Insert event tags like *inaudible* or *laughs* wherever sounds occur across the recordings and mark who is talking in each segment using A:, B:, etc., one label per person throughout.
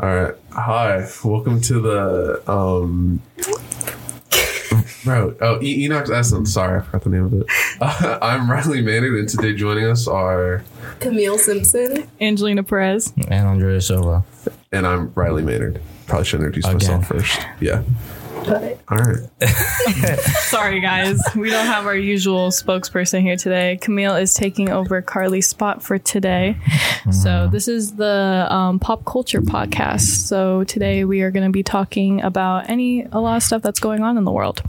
A: All right. Hi. Welcome to the um Bro, oh, e- Enoch's Essence. Sorry, I forgot the name of it. *laughs* Uh, I'm Riley Manning, and today joining us are,
B: Camille Simpson.
C: Angelina Perez.
D: and Andrea Silva.
A: and I'm Riley Maynard. Probably should introduce
D: Again.
A: myself first. Yeah.
B: But
A: All right.
C: Sorry, guys. We don't have our usual spokesperson here today. Camille is taking over Carly's spot for today. So, this is the um, pop culture podcast. So, today we are going to be talking about any, a lot of stuff that's going on in the world.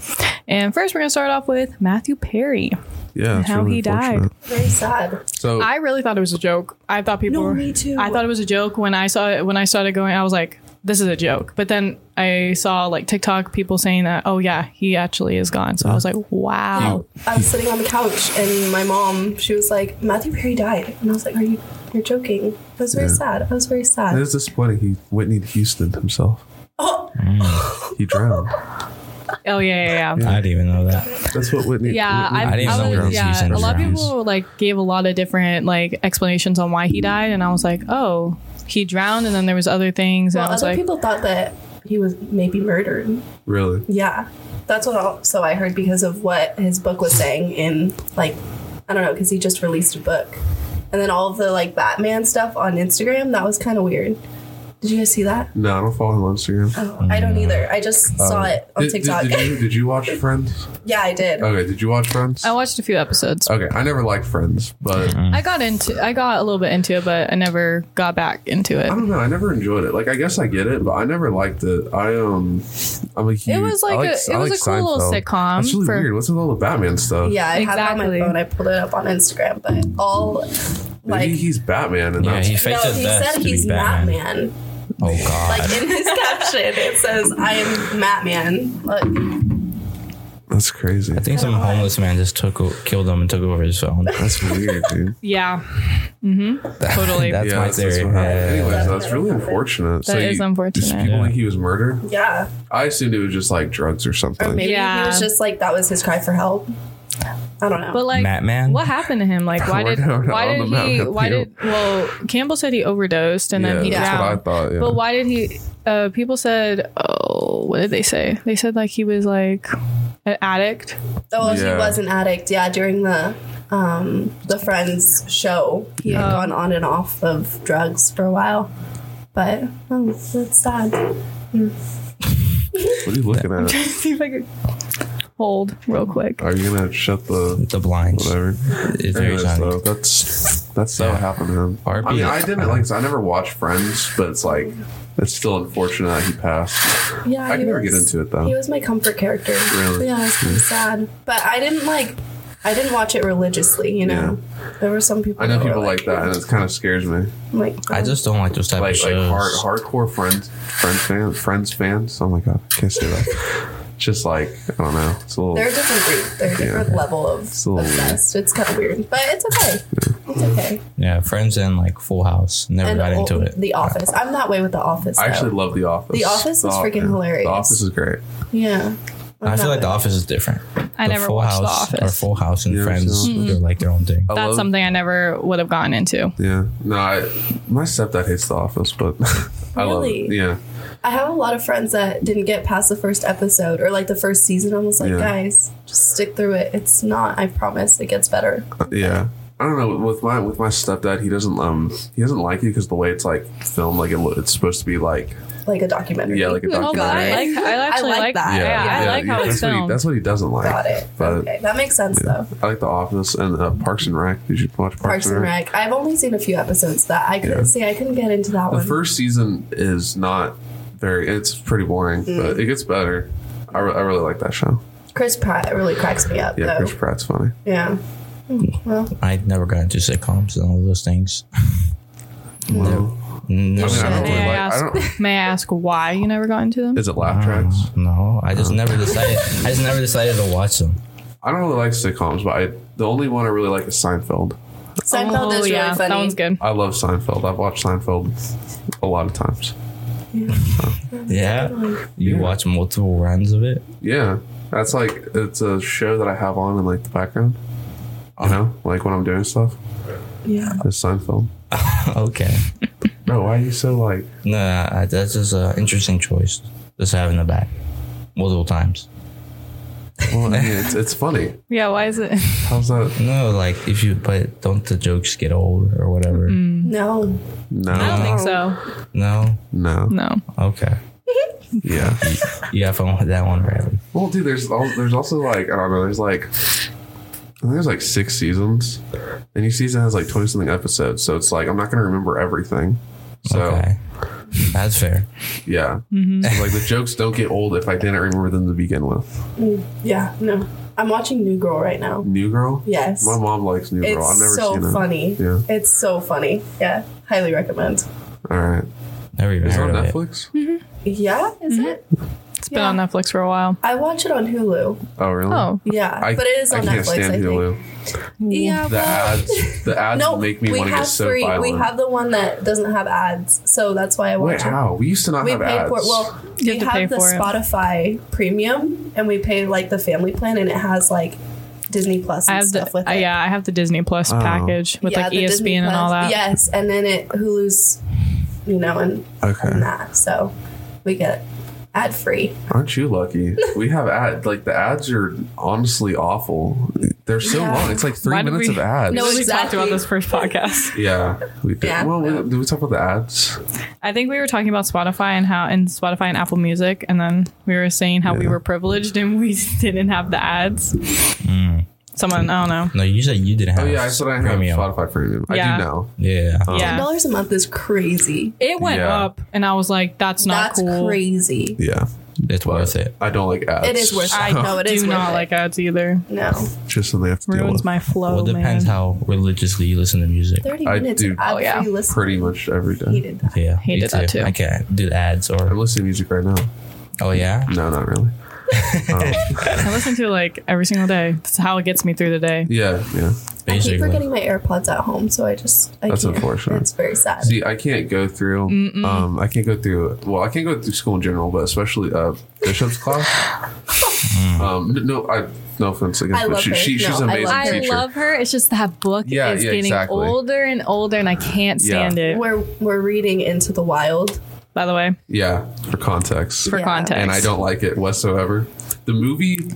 C: And first, we're going to start off with Matthew Perry.
A: Yeah. it's
C: How
A: really
C: he died.
A: unfortunate.
B: very sad.
A: So
C: I really thought it was a joke. I thought people.
B: No,
C: were,
B: me too.
C: I thought it was a joke when I saw it. When I started going, I was like, "This is a joke." But then I saw like TikTok people saying that, "Oh yeah, he actually is gone." So I was like,
A: Oh.
C: "Wow."
B: I was sitting on the couch and my mom, she was like, Matthew Perry died. And I was like, Are you you're joking? I was very
A: Yeah.
B: sad. I was very
A: it
B: sad.
A: is disappointing. He Whitney Houston himself.
B: Oh
D: Mm.
A: He drowned.
C: Oh yeah, yeah, yeah.
D: I didn't even know that.
A: That's what Whitney.
C: Yeah,
A: Whitney-
C: I,
D: I didn't
C: I
D: know
C: was,
D: Ramsey's
C: yeah.
D: in
C: A lot of
D: Browns.
C: people like gave a lot of different like explanations on why he died, and I was like, "Oh, he drowned," and then there was other things, and
B: well,
C: I was
B: other
C: like,
B: people thought that he was maybe murdered.
A: really.
B: Yeah. That's what also I heard because of what his book was saying in like I don't know, because he just released a book. And then all of the like Batman stuff on Instagram, that was kinda weird. Did you guys see that?
A: No, I don't follow him on Instagram.
B: Oh, I don't either. I just saw it
A: Mm, Um,
B: on
A: Did- did-
B: TikTok.
A: Did, you, did you watch Friends?
B: *laughs* yeah, I did.
A: Okay. Did you watch Friends?
C: "I watched a few episodes."
A: Okay, I never liked Friends, but
D: Mm-hmm.
C: I got into, I got a little bit into it, but I never got back into it.
A: I don't know. I never enjoyed it. Like, I guess I get it, but I never liked it. I um, I'm a huge.
C: It was
A: I
C: like a,
A: I
C: it was a cool little
A: Seinfeld.
C: sitcom.
A: That's really weird. What's with all the Batman stuff?
B: Yeah, I had it on my
C: Exactly.
B: phone. I pulled it up on Instagram, but all like
A: maybe he's Batman, and
D: Yeah,
A: that's
D: he
B: no,
D: faked his
B: he
D: death
B: said
D: to
B: he's
D: be Batman.
B: Matman.
D: Oh God!
B: Like in his caption, it says, "I am Matman." Like,
A: that's crazy.
D: I think some homeless man just took o- killed him and took over his phone.
A: That's weird, dude.
C: Yeah. Mm-hmm. Totally.
D: *laughs* That's
A: yeah,
D: my
A: that's, that's
D: theory.
A: what happened.
D: Yeah.
A: Anyways, that's really unfortunate. That is
C: is unfortunate.
A: people
D: Yeah.
A: think he was murdered?
B: yeah,
A: I assumed it was just like drugs or something.
B: or maybe
C: Yeah.
B: he was just like that was his cry for help. I don't know.
C: but like
D: Batman?
C: what happened to him? Like why
A: We're
C: did
A: down on
C: why
A: the
C: did he
A: mountain
C: why
A: appeal.
C: did well Campbell said he overdosed and
A: yeah,
C: then he
A: that's
C: drowned.
A: what I thought. Yeah.
C: But why did he uh people said oh what did they say? They said like he was like an addict. *laughs*
B: oh,
A: yeah.
B: he was an addict. Yeah, during the um the Friends show, he
C: Oh.
B: had gone on and off of drugs for a while. But oh, that's sad.
A: What are you looking at?
C: See if I could hold real quick.
A: Are you gonna shut the
D: The blinds.
A: whatever?
D: It's very
A: Anyways,
D: shiny.
A: though, that's that's so
D: Yeah.
A: happened to him. I mean,
D: RP.
A: I didn't like. I never watched Friends, but it's like it's still unfortunate that he passed.
B: Yeah,
A: I can
B: he
A: never get
B: was-
A: into it though.
B: He was my comfort character.
A: Really? Hmm.
B: Yeah, it's kind of sad. But I didn't like. I didn't watch it religiously. You know, there were some people.
A: I know
B: that were
A: people like that, and it kind of scares me.
B: I'm like,
D: I
B: oh.
D: just don't like those type of
A: Like like
D: shows.
A: hard hardcore Friends Friends fans Friends fans. Oh my god, I can't say that. Just like I don't know. It's a little.
B: They're a different breed. They're a different level of
A: a little
B: obsessed. It's kind of weird, but it's okay. It's okay.
D: Yeah, Friends and like Full House. Never
B: And
D: got
B: all-
D: into it.
B: The Office. I'm that way with The Office.
A: I actually
B: though.
A: love The Office.
B: The Office was
A: Off-
B: freaking
A: yeah.
B: hilarious.
A: The Office is great.
B: yeah. I'm
D: I feel
B: that
D: like The
B: way.
D: Office is different.
C: I
D: The
C: never
D: Full
C: watched The
D: House Or
C: Office. Mm-hmm.
D: Full House and
A: Yeah,
D: Friends,
A: so-
D: they're like their own thing.
A: I
C: That's
A: love-
C: something I never would have gotten into.
A: Yeah. No, I, my stepdad hates The Office, but *laughs* I love it.
B: Really?
A: Yeah.
B: I have a lot of friends that didn't get past the first episode or like the first season. I was like,
A: Yeah.
B: guys, just stick through it. It's not. I promise, it gets better.
A: Yeah. I don't know. With my with my stepdad, he doesn't um he doesn't like it because the way it's like filmed, like it, lo- it's supposed to be like
B: Like a documentary.
A: yeah, like a
C: Oh, but I
A: documentary.
C: like I actually
B: like
C: like,
B: that.
C: that. Yeah,
B: Yeah,
C: I like how
A: that's
C: it's
A: what he-
C: filmed.
A: that's what he doesn't like.
B: Got it.
A: But
B: okay, that makes sense though.
A: I like The Office and uh, Parks and Rec. Did you watch Parks,
B: Parks and Rec. I've only seen a few episodes that I couldn't
A: Yeah.
B: see. I couldn't get into that
A: The
B: one.
A: first season is not very. It's pretty boring,
B: Mm.
A: but it gets better. I, re- I really like that show.
B: Chris Pratt really cracks me up
A: Yeah,
B: though.
A: Chris Pratt's funny.
B: Yeah. Mm, Well,
D: I never got into sitcoms and all those things.
A: *laughs* Well,
D: No,
A: I mean, I don't
C: May
A: really
C: I
A: like. I
C: ask-
A: don't. Uh,
C: May I ask why you never got into them?
A: Is it laugh tracks?
D: no, I just never decided. I just never decided to watch them.
A: I don't really like sitcoms, but I the only one I really like is Seinfeld.
B: Seinfeld is really funny.
C: Oh, That one's good.
A: I love Seinfeld. I've watched Seinfeld a lot of times.
D: Yeah, you watch multiple runs of it. *laughs*
A: Yeah, that's like it's a show that I have on in like the background. You know, like when I'm doing stuff.
B: Yeah.
A: It's Seinfeld.
D: okay,
A: Bro, why are you so like?
D: No, no, I, that's just an interesting choice. Just having the back multiple times.
A: Well, I mean, it's, it's funny.
C: Yeah, why is it? *laughs*
A: How's that?
D: No, like if you, but don't the jokes get old or whatever?
C: Mm-hmm.
B: No.
C: I
A: No,
C: don't think so.
D: No.
A: no,
C: No.
D: Okay.
A: yeah.
D: You have fun with that one, Bradley.
A: Well, dude, there's al- there's also like I don't know. There's like I think there's like six seasons, and each season has like twenty something episodes. So it's like I'm not gonna remember everything. So
D: Okay. That's fair.
A: yeah,
C: Mm-hmm.
A: so, like the jokes don't get old if I didn't remember them to begin with.
B: Yeah, no. I'm watching New Girl right now.
A: New Girl.
B: Yes.
A: My mom likes New Girl. I've never
B: It's so
A: seen it.
B: funny.
A: Yeah.
B: It's so funny. Yeah. Highly recommend.
A: All right.
D: Never even
A: Is it
D: heard
A: on
D: of it.
A: Netflix?
B: Yeah, is
C: Mm-hmm.
B: it?
C: It's been
B: Yeah.
C: on Netflix for a while.
B: I watch it on Hulu.
A: Oh really?
C: Oh.
B: Yeah.
A: I,
B: but it is on
A: I can't
B: Netflix,
A: stand
B: I think.
A: Hulu.
B: Yeah, *laughs*
A: The ads, the ads
B: no,
A: make me
B: we
A: want to
B: have
A: get so
B: free.
A: violent.
B: We have the one that doesn't have ads, so that's why I
A: Wait,
B: watch it.
A: how? We used to not
B: We
A: have
B: pay
A: ads.
B: for well,
C: You
B: we
C: have to pay
B: have the
C: for it.
B: Spotify premium, and we pay like the family plan, and it has like Disney Plus
C: I
B: and
C: have
B: stuff
C: the
B: with
C: I-
B: it.
C: yeah, I have the Disney Plus
A: Oh.
C: package with
B: Yeah,
C: like E
B: the
C: ESPN
B: Disney
C: and all
B: Plus.
C: that.
B: Yes, and then it Hulu's, you know, and, and
A: okay.
B: that. So we get ad free.
A: Aren't you lucky? We have ads. Like the ads are honestly awful. They're so
B: Yeah.
A: long. It's like three
C: Why did
A: minutes
C: we-
A: of ads.
B: No,
C: we talked
B: exactly.
C: about this first podcast.
A: Yeah, we did.
B: Yeah.
A: Well, we, did we talk about the ads?
C: *laughs* I think we were talking about Spotify and how and Spotify and Apple Music, and then we were saying how we
A: Yeah.
C: were privileged and we *laughs* didn't have the ads.
A: Mm.
C: Someone I don't know.
D: No, you said you didn't
A: Oh
D: have.
A: yeah, I said I have
D: premium.
A: Spotify Premium. I
C: Yeah.
A: do now.
D: Yeah.
C: Yeah.
B: Ten dollars a month is crazy.
C: It went
A: Oh. Yeah.
C: up, and I was like, "That's not
B: That's
C: cool."
B: crazy.
A: Yeah,
D: It's worth it.
A: I don't like ads.
B: It is worth it.
C: I
B: No, it
C: do
B: is worth
C: not
B: it.
C: like ads either.
B: No,
A: *laughs* Just something I have to deal
C: Ruins
A: with.
C: my flow.
D: well, it depends
C: Oh, man.
D: how religiously you listen to music.
B: thirty
A: I
B: minutes
A: do-
B: of ad
C: Oh,
B: free
C: yeah.
B: listening.
A: Pretty much every
B: He
A: day.
B: did that.
D: Yeah.
C: He
D: me
C: did that too.
D: I can't do ads
A: I'm
D: or.
A: listening to music right now.
D: Oh yeah.
A: No, not really. Um,
C: I listen to like every single day. That's how it gets me through the day.
A: yeah, yeah.
B: I keep
D: Basically.
B: forgetting my AirPods at home, so I just I
A: That's
B: can't.
A: unfortunate.
B: It's very sad.
A: See, I can't go through. Um, I can't go through. Well, I can't go through school in general, but especially uh, Bishop's class. um, n- no, I no offense against,
B: I
A: but
B: love
A: she,
B: her.
A: she, she's
B: No,
A: an
B: I
A: amazing
B: love
C: I
A: teacher.
C: love her. It's just that book
A: Yeah,
C: is
A: yeah,
C: getting
A: exactly.
C: older and older, and I can't
A: Yeah.
C: stand it.
B: We're we're reading Into the Wild.
C: By the way,
A: yeah, for context,
C: for
B: Yeah.
C: context,
A: and I don't like it whatsoever. The movie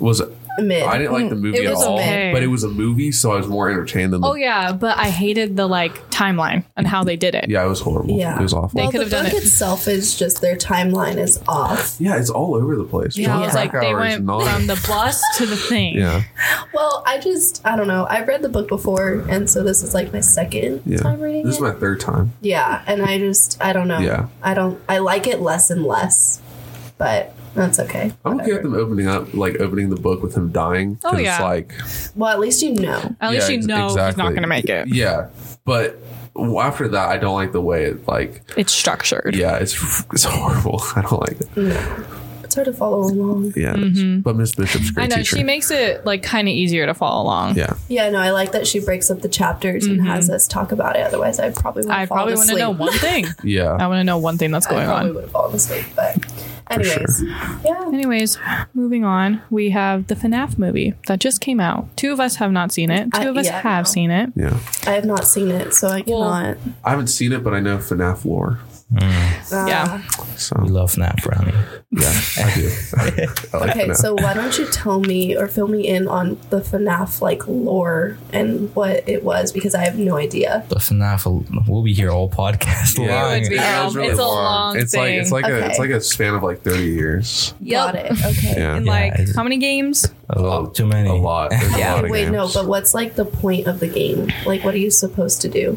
A: was.
B: Mid.
A: Oh, I didn't like the movie
B: Mm. It
A: at
B: was
A: all,
C: okay.
A: but it was a movie, so I was more entertained than. The,
C: Oh yeah, but I hated the like timeline and how they did it.
A: yeah, it was horrible.
B: Yeah.
A: it was awful.
C: They
B: Well,
C: could
B: the
C: have done
B: book
C: it.
B: itself is just their timeline is off.
A: yeah, it's all over the place.
C: Yeah,
A: John
C: I was like, they
A: Krakauer is
C: went
A: not-
C: from the bus to the thing.
A: yeah,
B: Well, I just I don't know. I've read the book before, and so this is like my second
A: yeah.
B: time reading
A: This
B: it.
A: is my third time.
B: yeah, and I just I don't know.
A: Yeah.
B: I don't. I like it less and less, but that's okay.
A: I'm okay
B: Whatever.
A: with them opening up, like opening the book with him dying. 'cause
C: Oh, yeah.
A: it's like
B: Well, at least you know.
C: At least
A: Yeah,
C: you
A: ex-
C: know he's not
A: exactly.
C: going to make it.
A: Yeah, but w- after that, I don't like the way it like.
C: It's structured.
A: Yeah, it's *laughs* it's horrible. *laughs* I don't like it.
B: It's hard to follow along.
A: Yeah,
C: Mm-hmm.
A: but Miss Bishop's a great
C: I know
A: teacher.
C: she makes it like kind of easier to follow along.
A: yeah,
B: Yeah, no, I like that she breaks up the chapters and has us talk about it. Otherwise, I probably would.
C: Mm-hmm. I probably want
B: want
C: to know one thing.
A: *laughs*
C: I
A: yeah.
C: want to know one thing
B: *laughs*
C: that's
B: I
C: going
B: probably
C: on.
B: would have fallen asleep, but anyways, yeah.
C: Anyways, moving on, we have the FNAF movie that just came out. Two of us have not seen it. Two
B: I-
C: of us
B: yeah, I
C: have
B: know.
C: seen it.
A: Yeah,
B: I have not seen it, so I
C: Well,
B: cannot.
A: I haven't seen it, but I know FNAF lore.
B: uh,
C: Yeah.
A: So
D: We love Snap Brownie.
A: yeah, I do. I like
B: Uh, Okay,
A: FNAF.
B: so why don't you tell me or fill me in on the FNAF like lore and what it was because I have no idea.
D: The FNAF, we'll be here all podcast
A: *laughs* Yeah,
D: Oh, long. *laughs*
C: would be
A: yeah,
C: long. It's a
A: long.
C: long
A: It's like it's
C: thing.
A: like a it's
B: Okay.
A: like a span of like thirty years.
B: Got it. Okay.
A: Yeah,
C: And
D: Yeah,
C: like,
D: it's-
C: how many games?
D: A lot, Oh, too many.
A: a lot. *laughs*
D: *laughs*
A: There's a
C: Yeah.
A: lot of
B: Wait, no,
A: games.
B: but what's like the point of the game? Like, what are you supposed to do?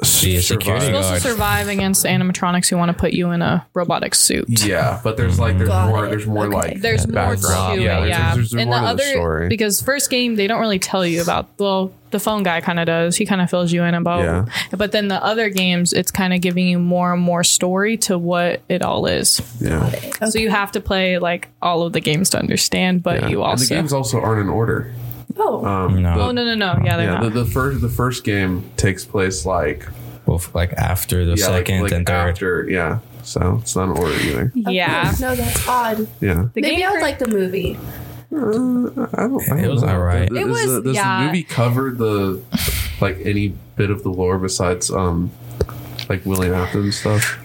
D: Be a security
A: Survive.
C: You're supposed
D: guard.
C: to survive against animatronics who want to put you in a robotic suit.
D: *laughs*
A: Yeah, but there's like there's
B: Got
A: more
B: it.
A: there's more
B: Okay.
A: like
C: There's more
D: background.
C: to it,
A: Yeah,
C: yeah.
A: there's- there's- there's
C: and
A: more
C: the
A: to the
C: other
A: story.
C: because first game they don't really tell you about. Well, the phone guy kind of does. He kind of fills you in about.
A: Yeah.
C: But then the other games, it's kind of giving you more and more story to what it all is.
A: yeah.
C: So you have to play like all of the games to understand, but
A: Yeah.
C: you
A: And
C: also.
A: the games also aren't in order.
B: Oh,
A: Um,
D: No.
A: the-
C: oh no no no! Yeah, they're
A: yeah,
C: not.
A: the, the first the first game takes place like
D: Both like after the
A: yeah, like-
D: second
A: like
D: and third.
A: after, yeah. So it's not in order
C: *laughs*
A: either.
C: yeah.
B: no, that's odd.
A: Yeah,
C: The
B: Maybe
C: game
B: I would
C: cre-
B: like the movie.
A: *laughs* I don't, I don't
D: It was
A: know.
D: alright.
A: Does
C: It was-
A: the, does
C: yeah.
A: the movie cover the like any bit of the lore besides um like William Afton and stuff.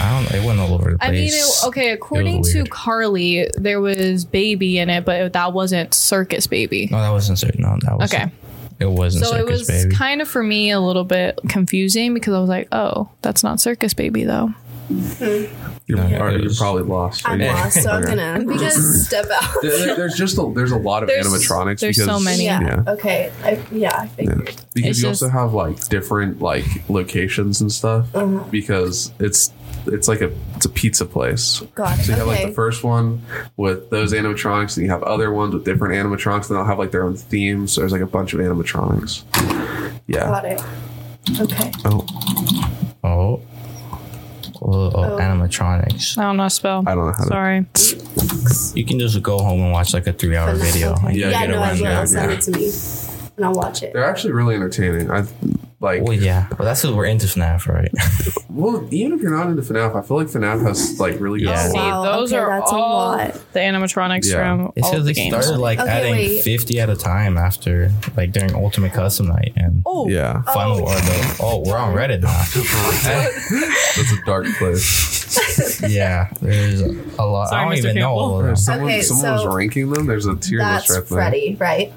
D: I don't. It went all over the place.
C: I mean, it, okay. According to
D: weird.
C: Carly, there was baby in it, but it, that wasn't Circus Baby.
D: No, that wasn't certain. No, that was
C: Okay.
D: It wasn't
C: so it
D: circus
C: was
D: baby.
C: kind of for me a little bit confusing because I was like, oh, that's not Circus Baby though.
A: You're,
D: No,
A: alright,
D: it
A: you're
D: was-
A: probably lost.
B: I'm
A: Are you-
B: lost, so I'm
A: Okay. *laughs*
B: gonna
C: *laughs*
B: just step out.
A: There- there's just a, there's a lot of
C: There's-
A: animatronics.
C: there's
A: because,
C: so many.
B: Yeah.
A: Yeah.
B: Okay. I, yeah. I figured.
A: because
C: It's
A: you
C: just-
A: also have like different like locations and stuff
B: Uh-huh.
A: because it's it's like a it's a pizza place.
B: Got it.
A: So you have like
B: Okay.
A: the first one with those animatronics, and you have other ones with different animatronics, and they'll have like their own themes. So there's like a bunch of animatronics. Yeah.
B: Got it. Okay.
A: Oh,
D: Oh. Little
B: Oh.
D: animatronics.
C: I don't know how to spell.
A: I don't know how to-
C: Sorry.
D: You can just go home and watch like a three hour video.
B: Okay.
D: and
B: Yeah.
A: Yeah,
D: get
B: no, I
D: around
B: will.
D: there.
B: Send it to me, and I'll watch it.
A: they're actually really entertaining. I like.
D: Well, oh, yeah. Well, that's what we're into FNAF, right? *laughs*
A: Well, even if you're not into FNAF, I feel like FNAF has like really good.
D: Yeah.
C: See,
A: Yeah.
B: Wow,
C: those
B: okay,
C: are
B: that's a
C: all
B: lot.
C: the animatronics
A: Yeah.
C: from
D: It
C: all
D: says
C: of the
D: they
C: games.
D: started like
B: Okay,
D: adding
B: wait.
D: 50 at a time after, like during Ultimate Custom Night and
C: oh,
A: yeah.
D: Final War. Though. Oh, we're on Reddit
C: *laughs*
D: now.
A: That's a dark
B: *laughs*
A: place.
D: yeah, there's a lot.
C: Sorry,
D: I don't
C: Mr.
D: even know all of
A: Or
D: them.
A: Someone,
B: Okay,
A: someone
B: so
A: was ranking them. There's a tier
B: That's
A: list right there.
B: Freddy, right?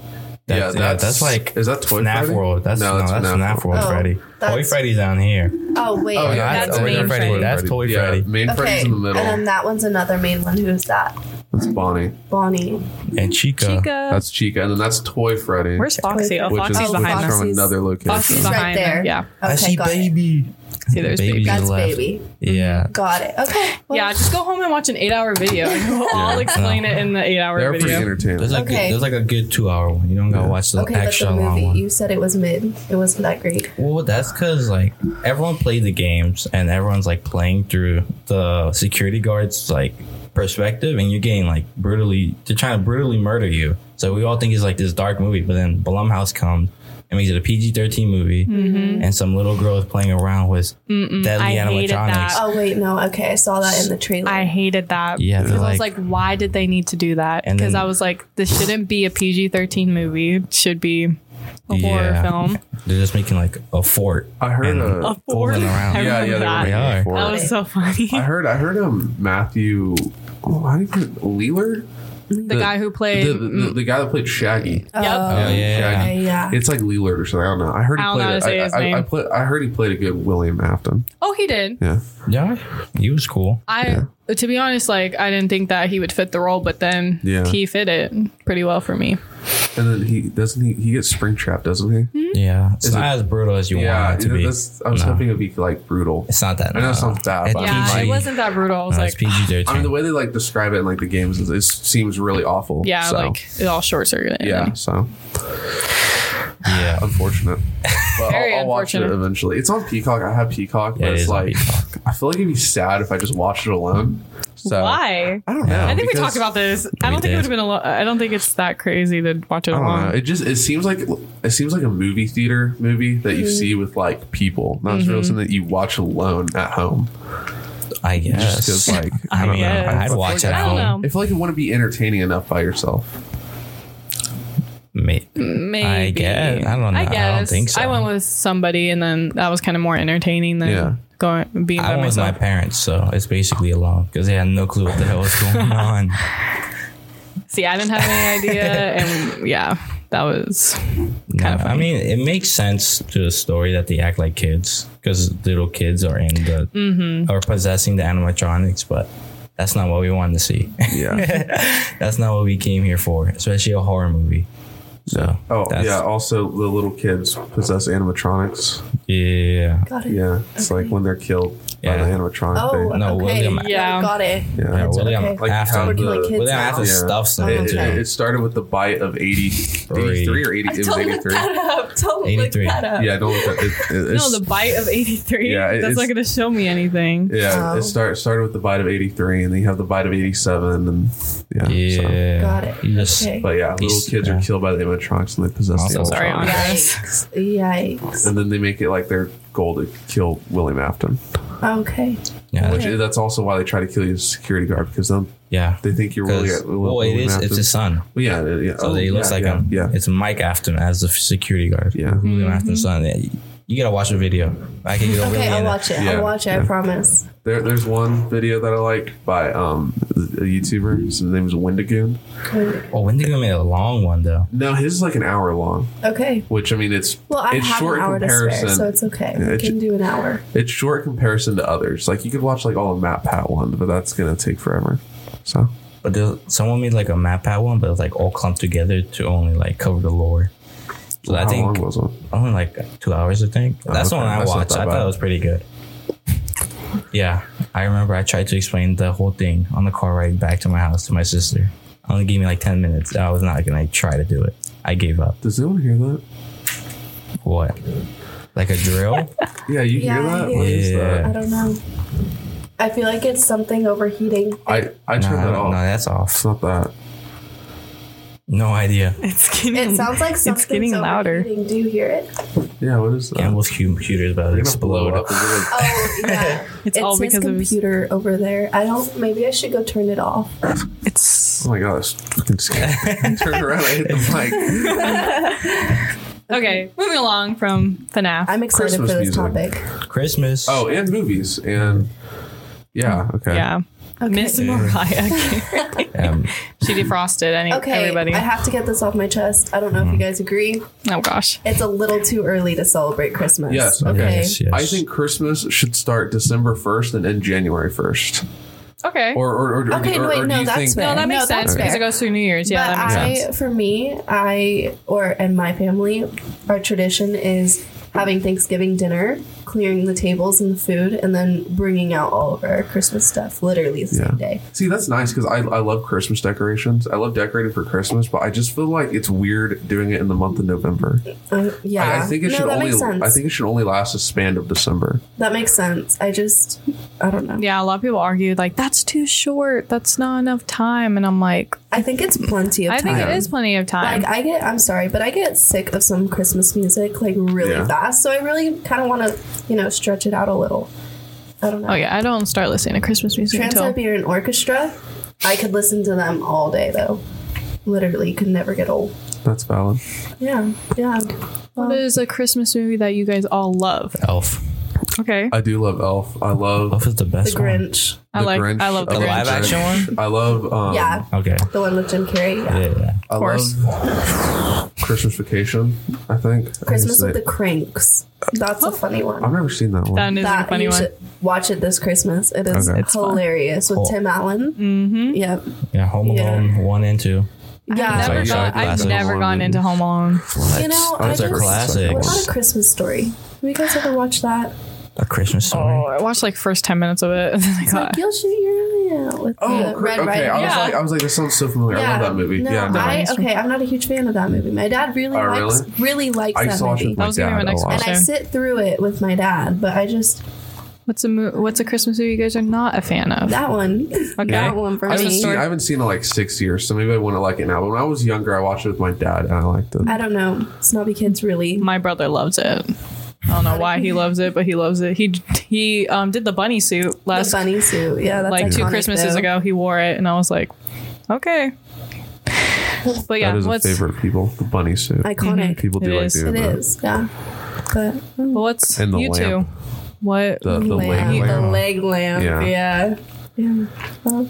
D: That's,
A: yeah,
D: yeah, that's, like
A: is that Toy
D: FNAF
A: Freddy?
D: World. That's no, that's FNAF, World,
B: Oh,
D: Freddy. Toy
B: that's-
D: Freddy's down here.
B: Oh wait.
A: Oh, yeah,
C: That's main
D: not
C: Freddy.
D: That's Toy
A: yeah,
D: Freddy.
A: Main
B: Okay.
A: Freddy's in the middle.
B: And then that one's another main one. Who's that?
A: that's Bonnie.
B: Bonnie.
D: And Chica.
C: Chica.
A: That's Chica. And then that's Toy Freddy.
C: Where's Foxy? Oh,
A: which
C: Foxy's
A: is
B: Oh,
C: behind
A: from
C: them.
B: Foxy's-
A: another location.
C: Foxy's
B: Right
C: behind
B: there.
C: them. Yeah.
B: Okay,
D: I see
B: got it.
D: baby.
C: See, there's baby.
D: Baby. to the
B: That's
D: left.
B: baby.
D: Yeah.
A: Mm-hmm.
B: Got it. Okay. well,
C: Yeah, just go home and watch an eight-hour video. *laughs* I'll
A: Yeah.
C: explain it in the
A: They're
C: eight-hour
A: pretty
C: video.
A: entertaining.
D: There's like
B: Okay.
D: good, there's like a good two hour one. You don't gotta watch the
B: okay, but
D: extra
B: the movie
D: long one.
B: you said it was mid. It wasn't that great.
D: Well, that's because like everyone played the games and everyone's like playing through the security guards like perspective, and you're getting like brutally. They're trying to brutally murder you. So we all think it's like this dark movie, but then Blumhouse comes and makes it a PG-13 movie,
B: Hmm.
C: Mm-hmm.
D: and some little girl is playing around with
C: I
D: deadly
C: hated
D: animatronics.
C: that.
B: Oh wait, no. Okay, I saw that in the trailer.
C: I hated that.
D: Yeah,
C: Because I was
D: like-
C: like, why did they need to do that?
D: And
C: Because
D: then-
C: I was like, this shouldn't be a PG 13 movie. It should be a horror
D: Yeah.
C: film.
D: *laughs* They're just making like a fort.
A: I heard
D: And-
A: a.
C: A horror
D: fooling around.
C: I
D: Yeah,
A: yeah,
C: remember
A: yeah,
C: that.
A: they were
D: Yeah.
A: making
C: that
A: for it.
C: was so funny.
A: I heard. I heard um Matthew. Oh, how do you put Leeler?
C: the, guy who played. mm.
A: the, the, the guy that played Shaggy.
B: Oh,
C: Yep.
D: Oh, yeah.
B: okay, yeah.
A: It's like Leeler or something. I don't know. I heard he
C: I don't know how to
A: played.
C: say
A: A,
C: his
A: I, I, I,
C: name.
A: play, I heard he played a good William Afton.
C: oh, he did.
A: Yeah.
D: Yeah, he was cool.
C: I, to be honest, like, I didn't think that he would fit the role, but then
A: Yeah.
C: he fit it pretty well for me.
A: And then he doesn't he he gets spring trapped, doesn't
C: Hmm?
A: he?
D: Yeah, it's
A: Is
D: not as brutal as you
A: Yeah.
D: want it to be.
A: that's- I was hoping it'd be like brutal.
D: It's not that.
A: I know it
D: no.
A: sounds bad,
D: It's
A: but I'm
C: Yeah,
A: PG.
C: it wasn't that brutal. I was
D: No, Uh, it's
C: like,
D: PG-13.
A: I mean, the way they like describe it in like the games, is, it seems really awful.
C: yeah,
A: so,
C: like, it all short circuited.
A: yeah, so
D: yeah.
A: unfortunate. But
C: Very
A: I'll, I'll watch it
C: unfortunate.
A: eventually. It's on Peacock. I have Peacock, but
D: Yeah, it
A: it's
D: is on
A: like I feel like it'd be sad if I just watched it alone. So
C: Why?
A: I don't know.
C: I think we
A: because-
C: talked about this. I don't think
D: did.
C: it would have been a lot. I don't think it's that crazy to watch it
A: I don't
C: alone.
A: know. It just it seems like it seems like a movie theater movie that
C: Mm-hmm.
A: you see with like people, not really something that you watch alone at home.
D: I
A: Just
D: guess.
A: because
D: *laughs*
A: like
C: I
A: I don't
C: guess.
A: know. I
D: I'd
A: feel
D: watch
A: like
D: it
C: I
D: at
C: don't
D: home.
C: know.
A: I feel like you want to be entertaining enough by yourself.
D: Mate.
C: Maybe.
D: I guess. I don't know. I
C: I
D: don't
C: guess.
D: think so.
C: I went with somebody, and then that was kind of more entertaining than
A: Yeah.
C: going being
D: I
C: by
D: went with my
C: myself.
D: parents, so it's basically alone because they had no clue what the hell was
A: *laughs*
D: going on.
C: See, I didn't have
D: *laughs*
C: any idea, and yeah, that was
D: No, I mean, it makes sense to the story that they act like kids because little kids are in the
B: Mm-hmm.
D: are possessing the animatronics, but that's not what we wanted to see. *laughs*
A: Yeah.
D: that's not what we came here for, especially a horror movie. So,
A: oh
D: that's,
A: yeah. Also, the little kids possess animatronics.
D: yeah.
B: Got it.
A: Yeah, it's like when they're killed by
D: Yeah.
A: the animatronic
B: Oh,
A: thing.
D: No,
B: okay.
D: William-
C: Yeah.
B: Got it.
A: Yeah.
D: Yeah, William
B: okay.
A: Like,
D: Afton.
A: how
B: We're
A: the-
B: doing kids
D: William
B: now.
D: Afton
A: Yeah.
D: stuffs them
C: Oh,
A: It,
D: too.
A: it, it started with the bite of 80, 83 or 80. It was 83.
B: up. Don't
D: 83.
A: Yeah, don't look at it. it
C: no
A: it's-
C: the bite of eighty three.
A: Yeah, it-
C: that's not
A: it's-
C: going to show me anything.
A: Yeah,
B: Oh.
A: it start, started with the bite of 83, and then you have the bite of 87, and yeah. so-
D: Yeah.
B: Got it.
D: You just-
B: okay.
A: But yeah, little
D: These-
A: kids
D: yeah.
A: are killed by the animatronics, and they possess
D: Also
A: the
C: sorry,
A: animatronics.
B: Yikes. Yikes.
A: And then they make it like their goal to kill William Afton.
B: Okay.
D: Yeah.
A: Which
B: Okay.
A: that's also why they try to kill you as a security guard, because then
D: Yeah.
A: they think you're really
D: Because,
A: at William,
D: well, it
A: William
D: is.
A: Afton.
D: It's his son.
A: Well, yeah, yeah.
D: So
A: oh,
D: he looks
A: yeah,
D: like um,
A: yeah,
D: him.
A: Yeah.
D: It's Mike Afton as the security guard.
A: Yeah.
D: William Afton's son. You gotta watch the video.
B: *laughs*
D: I can get over
B: Mm-hmm. Okay,
D: it.
B: I'll watch it.
A: Yeah,
B: I'll watch it. I
A: yeah.
B: promise.
A: There, there's one video that I like by um, a YouTuber. His name is Wendigoon.
D: Oh, Wendigo made a long one though.
A: No, his is like an hour long,
B: Okay.
A: which I mean, it's
B: Well, I
A: it's
B: have
A: short
B: an hour
A: comparison.
B: to spare, so it's okay.
A: Yeah,
B: we
A: it's-
B: can do an hour.
A: it's short comparison to others. Like you could watch like all the Matt Pat one, but that's gonna take forever. So
D: But there, someone made like a map pad one, but it was like all clumped together to only like cover the lore. So I
A: how
D: think
A: long was it? Oh,
D: only like two hours, I think. That's the
A: okay.
D: one I
A: That's not
D: watched.
A: that
D: I thought
A: bad.
D: it was pretty good. Yeah, I remember I tried to explain the whole thing on the car ride back to my house to my sister. Only gave me like ten minutes. I was not gonna try to do it. I gave up.
A: Does anyone hear that?
D: What? Like a *laughs* drill?
A: Yeah, you
B: Yeah,
A: hear
B: I
A: that?
B: hear
A: What is
D: it.
B: I
A: that?
B: don't know. I feel like it's something overheating.
A: I I turned
D: no,
A: that
D: no,
A: off.
D: that's
A: It's
D: off.
A: not that.
D: No idea.
C: It's getting. *laughs*
B: It sounds like something's
C: It's getting louder.
B: overheating. Do you hear it?
A: Yeah, what is that?
D: Campbell's computer's about to
A: They're gonna blow
D: explode.
A: up. They're gonna-
B: Oh yeah.
C: It's all
B: his
C: because of his-
B: computer over there. I don't. Maybe I should go turn it off.
C: It's
A: Oh my god, that's *laughs* fucking scary. Turn around, I hit the mic.
C: okay. Moving along from FNAF.
B: I'm excited
A: Christmas
B: for this
A: music.
B: topic.
D: Christmas.
A: Oh, and movies and yeah, okay.
C: yeah.
B: Okay.
C: Miss
B: *laughs*
C: Mariah *laughs* Carey.
D: Um,
C: she defrosted any
B: Okay,
C: everybody.
B: I have to get this off my chest. I don't know if you guys agree.
C: oh gosh.
B: It's a little too early to celebrate Christmas.
A: Yes,
B: Okay.
D: yes, yes.
A: I think Christmas should start December first and end January first.
C: Okay.
A: Or or or, or,
B: Okay,
A: or,
B: wait,
A: or
B: no,
A: do you
B: that's
A: think
B: fair.
C: no, that
B: No,
C: makes
B: that's
C: sense because
B: fair.
C: it goes through New Year's. Yeah,
B: but
C: that makes
B: I,
C: sense.
B: for me, I or and my family, our tradition is having Thanksgiving dinner, clearing the tables and the food, and then bringing out all of our Christmas stuff. Literally the
A: Yeah.
B: same day.
A: See, that's nice because I, I love Christmas decorations. I love decorating for Christmas, but I just feel like it's weird doing it in the month of November.
B: Um, yeah,
A: I, I think it
B: no,
A: should
B: that
A: only
B: makes sense.
A: I think it should only last a span of December.
B: that makes sense. I just, I don't know.
C: Yeah, a lot of people argued like that's too short. That's not enough time. And I'm like,
B: I think it's plenty of
C: I
B: time.
C: think it is plenty of time.
B: Like I get, I'm sorry, but I get sick of some Christmas music like really
A: Yeah.
B: fast. So I really kind of want to, you know, stretch it out a little. I don't know.
C: oh yeah, I don't start listening to Christmas music
B: Trans
C: until
B: Siberian Orchestra. I could listen to them all day though. Literally, could never get old.
A: That's valid.
B: Yeah, yeah.
C: what is a Christmas movie that you guys all love?
D: Elf.
C: Okay,
A: I do love Elf. I love
D: Elf is the
B: The
D: best one.
B: Grinch.
C: I
A: Uh, The
C: like
A: Grinch.
C: I love the
A: I
D: The
A: love
C: Grinch.
D: live action one.
A: I love um,
B: Yeah,
D: Okay.
B: the one with Jim Carrey. Yeah.
D: Yeah, yeah.
A: I
C: course.
A: love Christmas Vacation. I think I
B: Christmas
A: guess
B: with
A: they-
B: the Cranks. That's a funny
A: I've
B: one.
A: never seen that one.
C: That is a funny
B: you
C: one.
B: should watch it this Christmas. It is
A: Okay.
C: It's fun.
B: hilarious with
D: Cool.
B: Tim Allen.
C: Mm-hmm.
B: Yep.
D: Yeah, Home
B: Yeah.
D: Alone one and two.
B: Yeah.
C: Never
D: Sorry, sorry,
C: gone, I've
D: glasses.
C: never gone into Home Alone.
B: You know, I
A: That's
B: just, What
D: those are
B: about
D: classics.
B: a Christmas story? Have you guys ever watched that?
D: A Christmas
C: Oh,
D: story.
C: I watched like first ten minutes of it. *laughs* And then I
B: It's like
C: got,
B: you'll shoot your eye out with
A: Oh,
B: the
A: cr-
B: red
A: okay.
B: riding.
A: I was
C: Yeah.
A: like, I was like, this sounds so familiar. I love that movie.
B: No,
A: yeah, no.
B: I, okay, I'm not a huge fan of that movie. My dad really
A: Oh,
B: likes really, likes
A: I used
B: that
A: to watch it
B: movie.
A: with my
C: was gonna be
A: dad
C: my next
A: a lot.
B: And I
C: Same.
B: sit through it with my dad, but I just
C: what's a mo- what's a Christmas movie you guys are not a fan of?
B: that one, that one for
C: I was
B: me.
C: just-
A: See, I haven't seen it in like six years, so maybe I wouldn't like it now. But when I was younger, I watched it with my dad, and I liked it.
B: I don't know, snobby kids really.
C: My brother loves it. I don't
B: *laughs*
C: know why he loves it, but he loves it. He he um did the bunny suit
B: The
C: last
B: bunny suit, yeah, that's
C: like two
B: iconic,
C: Christmases
B: though.
C: ago. He wore it, and I was like, okay. But yeah,
A: that is a
C: what's
A: favorite of people, the bunny suit.
B: Iconic.
A: Mm-hmm. people do
C: It
A: like
C: is.
A: doing
B: It
A: that.
B: is, yeah. But
C: well, what's
A: And the
C: you
A: lamp.
C: two? What?
A: The, the
B: lamp,
A: leg
B: the
A: lamp.
B: leg lamp,
A: Yeah.
B: yeah, yeah. Well,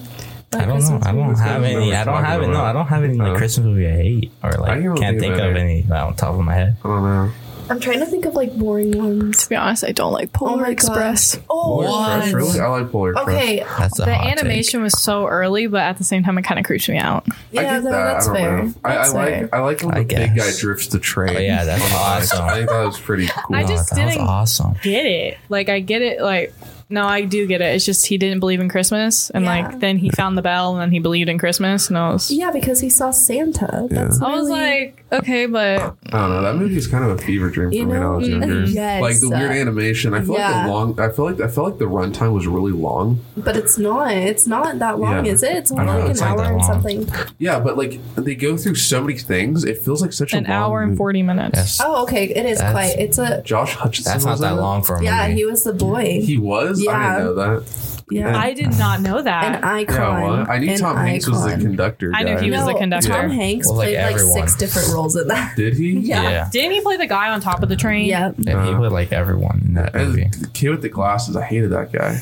B: that
D: I don't know.
B: Christmas
D: I
B: movie
D: don't
B: was
D: have
A: good.
D: any. I don't have it. No, I don't have any like
A: Uh,
D: Christmas movie I hate or like
A: I can't
D: can't,
A: think
D: think
A: of
D: of any like, on top of my head.
A: I don't know.
B: good. I'm trying to think of like boring ones.
C: To be honest, I don't like
B: Oh
C: Polar
B: my
C: Express.
B: god. Oh,
D: What?
A: Crush, really? I like Polar Express.
B: okay.
D: That's a
C: The
D: hot take.
C: animation was so early, but at the same time, it kind of creeps me out.
A: I
B: Yeah,
A: get that.
B: no, that's
A: I don't
B: fair.
A: know. I, I
B: That's fair.
A: like I like when
D: I
A: the big guy
D: guess.
A: drifts the train.
D: Oh, yeah, that's awesome.
A: I think that was pretty cool.
C: I
D: Oh,
C: just
D: that was
C: didn't-
D: awesome.
C: Get it? Like I get it. Like no, I do get it. It's just he didn't believe in Christmas, and
B: Yeah.
C: like then he found the bell, and then he believed in Christmas, and I was,
B: Yeah, because he saw Santa. That's
C: I was
B: really-
C: like, okay, but
A: I don't know. That movie is kind of a fever dream for
B: You
A: me when I was
B: know?
A: younger.
B: Yes.
A: Like the weird animation. I feel like
B: Yeah.
A: the long. I feel like I feel like the runtime was really long.
B: but it's not. It's not that long,
A: Yeah.
B: is it? It's
A: I
B: only
A: know,
B: like an
D: it's not
B: hour
D: that
B: and
D: long.
B: something.
A: Yeah, but like they go through so many things. It feels like such a
C: an
A: long
C: hour and
A: movie.
C: forty minutes.
D: Yes,
B: Oh, okay. It is
D: That's-
B: quite. It's a.
A: Josh Hutcherson.
D: that's not
A: was in
D: that
A: it?
D: long for a
B: Yeah,
D: movie.
B: he was the boy.
A: He was. I
B: Yeah.
A: didn't know that.
B: Yeah.
A: And-
C: I did not know
B: an
C: that.
B: icon.
A: Yeah, what? I knew
B: an
A: Tom Hanks was the
B: icon.
A: conductor.
C: I knew
A: guy.
C: he was the conductor.
A: Yeah.
B: Tom Hanks
D: Well, like
B: played like
D: everyone.
B: six different roles in
C: *laughs*
B: that.
A: Did he?
B: Yeah.
D: Yeah.
C: Didn't he play the guy on top of the train?
B: Yeah.
D: And he
A: Uh,
D: played like everyone in that
A: And
D: movie.
A: the kid with the glasses, I hated that
D: *laughs*
A: guy.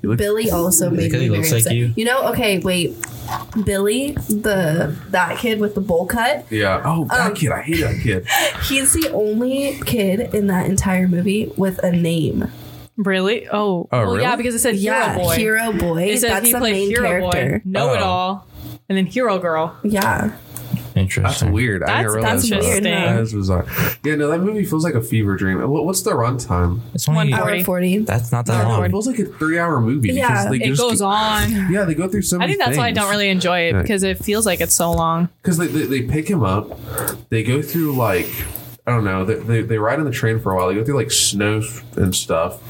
A: He looked-
B: Billy also made
D: Because
B: me
D: he
B: very
D: looks like
B: upset.
D: you.
B: know, okay, wait. Billy, the that kid with the bowl cut,
A: yeah. Oh, that
B: Um,
A: kid. I hated that kid.
B: he's the only kid in that entire movie with a name.
C: Really? Oh. well,
A: really?
C: yeah, because it said hero
B: yeah,
C: boy.
B: Hero Boy.
C: It said
B: That's
C: he
B: the
C: played
B: main
C: hero
B: character.
C: boy, know it all, and then hero girl.
B: Oh, Yeah.
D: Interesting.
A: That's weird. I didn't
C: That's
A: realize
C: that's
A: that.
B: weird.
C: interesting.
A: That is bizarre. Yeah, no, that movie feels like a fever dream. And what- What's the runtime?
D: It's only,
C: One-
B: Hour 40.
D: that's not that
C: Hour
A: It
D: long.
C: forty.
A: feels like a three-hour movie.
B: Yeah,
A: because they
C: It
A: just
C: goes on.
A: Yeah, they go through so
C: I
A: many.
C: think that's why I
A: things.
C: don't really enjoy it
A: Yeah.
C: because it feels like it's so long.
A: because they, they, they pick him up they go through like i don't know they, they, they ride on the train for a while they go through like snow and stuff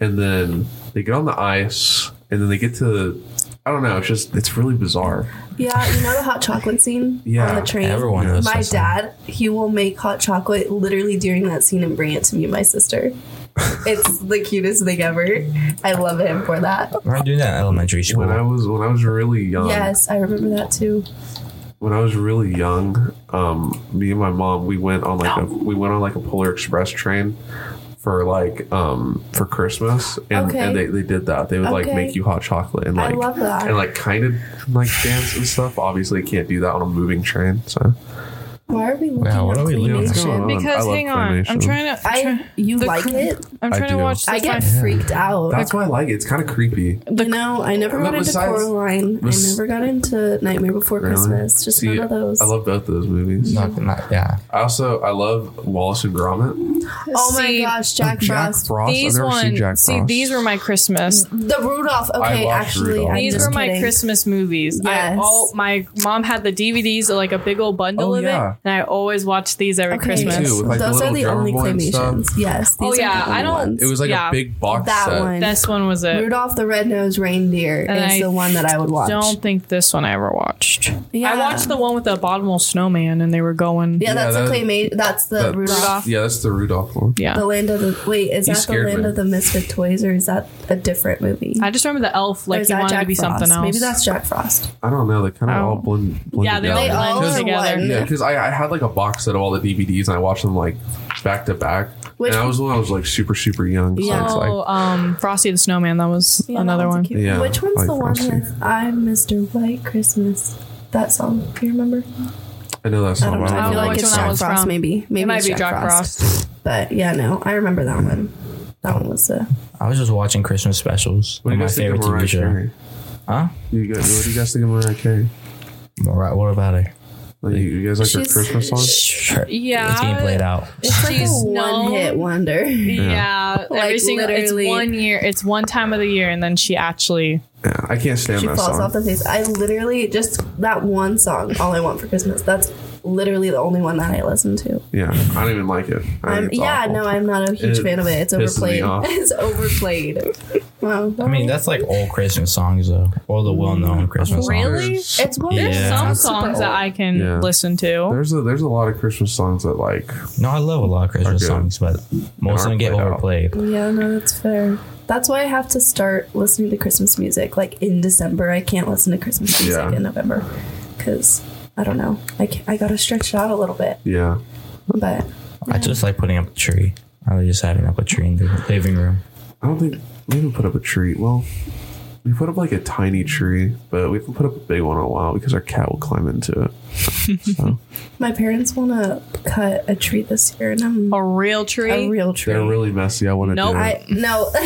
A: and then they get on the ice and then they get to i don't know it's just it's really bizarre
B: Yeah, you know the hot chocolate scene
A: Yeah,
B: on the train?
D: Everyone knows
B: My
D: that song.
B: dad, he will make hot chocolate literally during that scene and bring it to me and my
A: *laughs*
B: sister. It's the cutest thing ever. I love him for that.
D: We're doing that in elementary school.
A: when i was when i was really young
B: Yes, I remember that too.
A: when i was really young um me and my mom we went on like a we went on like a polar express train for like um for christmas and,
B: Okay.
A: and they, they did that they would like
B: Okay.
A: make you hot chocolate and like
B: I love that.
A: and like kind of like dance and stuff. Obviously, you can't do that on a moving train. So
B: Why are we looking
D: Wow, what
B: at
D: are we looking at?
A: What's going
B: Claymation?
A: on?
C: Because
A: I love
C: hang on, I'm
A: Claymation.
C: trying to. I'm
B: I
C: try-
B: you
C: the
B: like
C: cr-
B: it?
C: I'm
A: I
C: trying to
A: do.
C: watch.
B: I
C: this
B: get
C: on-
B: freaked out.
A: that's why I like it. It's kind of creepy.
B: you know, I never
A: But
B: got into
A: besides-
B: Coraline.
A: bes-
B: I never got into Nightmare Before
A: Really.
B: Christmas. Just
A: See,
B: none of those.
A: I love both those movies.
D: not, not, yeah.
A: I also I love Wallace and Gromit.
B: oh my
C: See,
B: gosh, Jack Frost.
A: Frost.
C: These one, see, these were my Christmas.
B: The Rudolph. Okay,
A: watched
B: actually,
A: Rudolph.
B: I'm
C: These
B: just
C: were my
B: kidding.
C: Christmas movies. I
B: Yes.
C: all my mom had the DVDs, like a big old bundle
A: Oh,
C: of
A: yeah.
C: it, and I always watched these every
B: Okay.
A: Me
C: Christmas.
A: too. with, like, the
B: those are
A: little
B: the
A: drummer
B: only
A: boy and stuff.
B: claymations. Yes.
C: Oh,
B: these are
C: yeah,
B: the only
C: I don't-
B: ones.
A: It was like
C: yeah.
A: a big box
B: that
A: set.
B: one.
C: This one was it.
B: Rudolph the Red-Nosed Reindeer
C: And
B: is
C: I
B: the one that I would watch.
C: Don't think this one I ever watched.
B: Yeah.
C: I watched the one with the abominable snowman, and they were going.
B: yeah,
A: Yeah,
B: that's the
A: that-
B: claymation. That's the
A: That-
B: Rudolph.
A: Yeah, that's the Rudolph one.
C: Yeah.
B: The land of the wait is
A: You
B: that the
A: scared
B: land
A: me.
B: of the misfit toys or is that a different movie?
C: I just remember the elf,
B: Or
C: like
B: is
C: he
B: that
C: wanted
B: Jack
C: to be something
B: Frost?
C: else.
B: Maybe that's Jack Frost.
A: I don't know. They kind of
C: Oh.
A: all blend, blend
C: yeah, they all
A: together.
B: all
C: blend
B: are
C: together.
B: one.
A: yeah, because I, I had like a box set of all the DVDs and I watched them like back to back.
B: Which-
A: and I was when I was like super super young. So
B: Yeah.
A: it's like
C: Oh, um, Frosty the Snowman. That was
B: Yeah,
C: another
B: that one's
C: one.
B: a cute
A: Yeah,
B: Which one's
A: like
B: the one
A: Frosty.
B: with I'm Mr. White Christmas? That song. Do you remember?
A: I know that's
B: I
A: not.
B: don't know.
A: what
B: I
C: don't
B: feel
C: know
B: like
C: which
B: it's
C: one that
B: Jack
C: was
B: Frost.
C: from.
B: Maybe. Maybe
C: it might
B: it's
C: be Jack Frost.
B: But yeah, no, I remember that one. That one was a.
D: I was just watching Christmas specials.
A: What do you
D: on my
A: guys think
D: favorite
A: of Mariah
D: TV show.
A: Carey?
D: Huh?
A: You guys, what do you guys think of Mariah Carey?
D: Mariah, what about her?
A: Like, you- you guys like her
B: She's-
A: Christmas song?
D: Sure.
C: Yeah.
D: It's being played out.
B: It's like a
C: She's
B: one hit *laughs*
C: known-
B: wonder.
C: Yeah,
B: Like,
C: every single
B: literally.
C: it's one year, it's one time of the year, and then she actually
A: Yeah, I can't stand
B: She
A: that
B: falls
A: song.
B: off the face. I literally just that one song, All I Want for Christmas. That's literally the only one that I listen to.
A: yeah, I don't even like it. I
B: I'm,
A: think it's
B: yeah,
A: awful.
B: no, I'm not a huge
A: It
B: fan of it. It's
A: pisses me
B: overplayed. *laughs*
A: off.
B: it's overplayed. Wow.
D: I mean, that's like old Christmas songs, though. All the well known Christmas songs.
C: really.
A: There's,
B: it's one.
C: There's
D: Yeah.
C: some
B: That's super
C: songs that
B: old.
C: I can
A: Yeah.
C: listen to.
A: there's a there's a lot of Christmas songs that like
D: No, I love a lot of Christmas
A: good.
D: songs, but most of them
A: aren't
D: get
A: played out.
D: overplayed.
B: Yeah, no, that's fair. That's why I have to start listening to Christmas music like in December. I can't listen to Christmas music
A: Yeah.
B: in November because I don't know. I can I gotta stretch it out a little bit,
A: yeah.
B: but
D: I just like putting up a tree. I like just having up a tree in the living room.
A: I don't think we even put up a tree. Well, we put up like a tiny tree, but we haven't put up a big one in a while because our cat will climb into it. So
B: my parents want to cut a tree this year, and I'm
C: A real
B: a
C: tree.
B: real tree.
A: they're really messy. I want to
C: Nope.
A: do it.
B: I no. *laughs*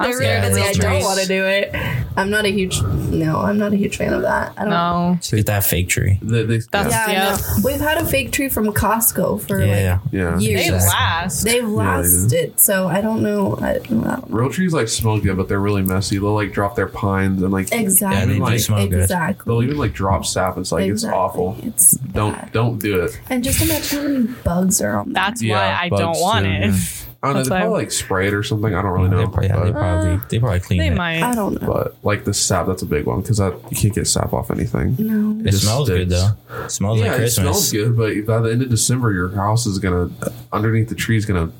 C: I'm
D: scared of
B: Honestly, I
D: those
B: don't
D: trees.
B: want to do it. I'm not a huge no. I'm not a huge fan of that. I don't.
C: no,
D: Just get that fake tree.
A: They- they-
C: That's-
B: Yeah,
C: Yeah.
B: no. we've had a fake tree from Costco for
D: Yeah.
A: yeah. yeah.
B: like years.
C: they
D: Exactly.
C: last.
B: They've
A: Yeah, they do.
B: lasted, so I don't know. I, I don't know.
A: Real trees like smell good, but they're really messy. They'll like drop their pines and like
D: Yeah,
B: Exactly.
D: they do
A: Like-
D: smell good.
B: exactly.
A: they'll even like drop sap. It's like it's
B: Exactly.
A: awful.
B: It's
A: Don't
B: bad.
A: don't do it.
B: And just imagine how many bugs are on that.
C: That's
A: Yeah,
C: why I
A: bugs
C: don't want
A: too,
C: it.
A: yeah. I don't know.
C: That's
A: They
C: why-
A: probably like spray it or something. I don't really
D: They
A: know.
D: probably, yeah, they
A: but-
D: probably, they probably clean
C: They
D: it.
C: might.
B: I don't know.
A: but like the sap, that's a big one because you can't get sap off anything.
B: No.
D: It,
A: It just
D: smells good
A: sticks.
D: though. It smells
A: yeah,
D: like
A: it
D: Christmas.
A: smells good, but by the end of December, your house is gonna underneath the tree is gonna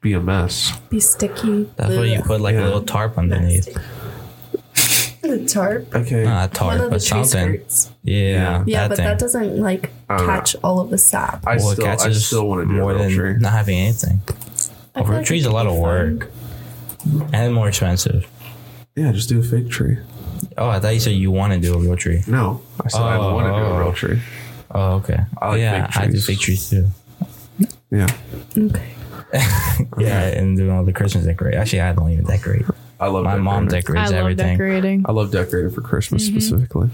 A: be a mess.
B: Be sticky.
D: That's why you
B: Ugh.
D: put like
A: Yeah.
D: a little tarp underneath.
B: Nasty. it tarp?
A: Okay.
D: Not a tarp, but something.
B: skirts.
D: Yeah,
A: Yeah.
B: Yeah,
D: that
B: but
D: thing.
B: that doesn't like
A: I don't know.
B: catch all of the sap.
A: I
D: Well, it
A: still, I
D: catches
A: still want to do a
D: more
A: real
D: than
A: tree.
D: not having anything.
B: I feel
D: Over a
B: like
D: tree's
B: it
D: a lot
B: could
D: of
B: be fun.
D: work and more expensive.
A: Yeah, just do a fake tree.
D: Oh, I thought you said you want to do a real tree.
A: No, I said I want to do a
D: Oh.
A: real tree.
D: Oh, okay.
A: I like
D: yeah,
A: fake
D: I do
A: trees.
D: fake trees too.
A: Yeah,
B: Okay.
D: Yeah, and doing all the Christmas decorate. Actually, I don't even decorate.
A: I love
D: My
A: decorating.
D: mom
C: I
D: decorates
C: love
D: everything.
C: decorating.
A: I love decorating for Christmas
C: Mm-hmm.
A: specifically.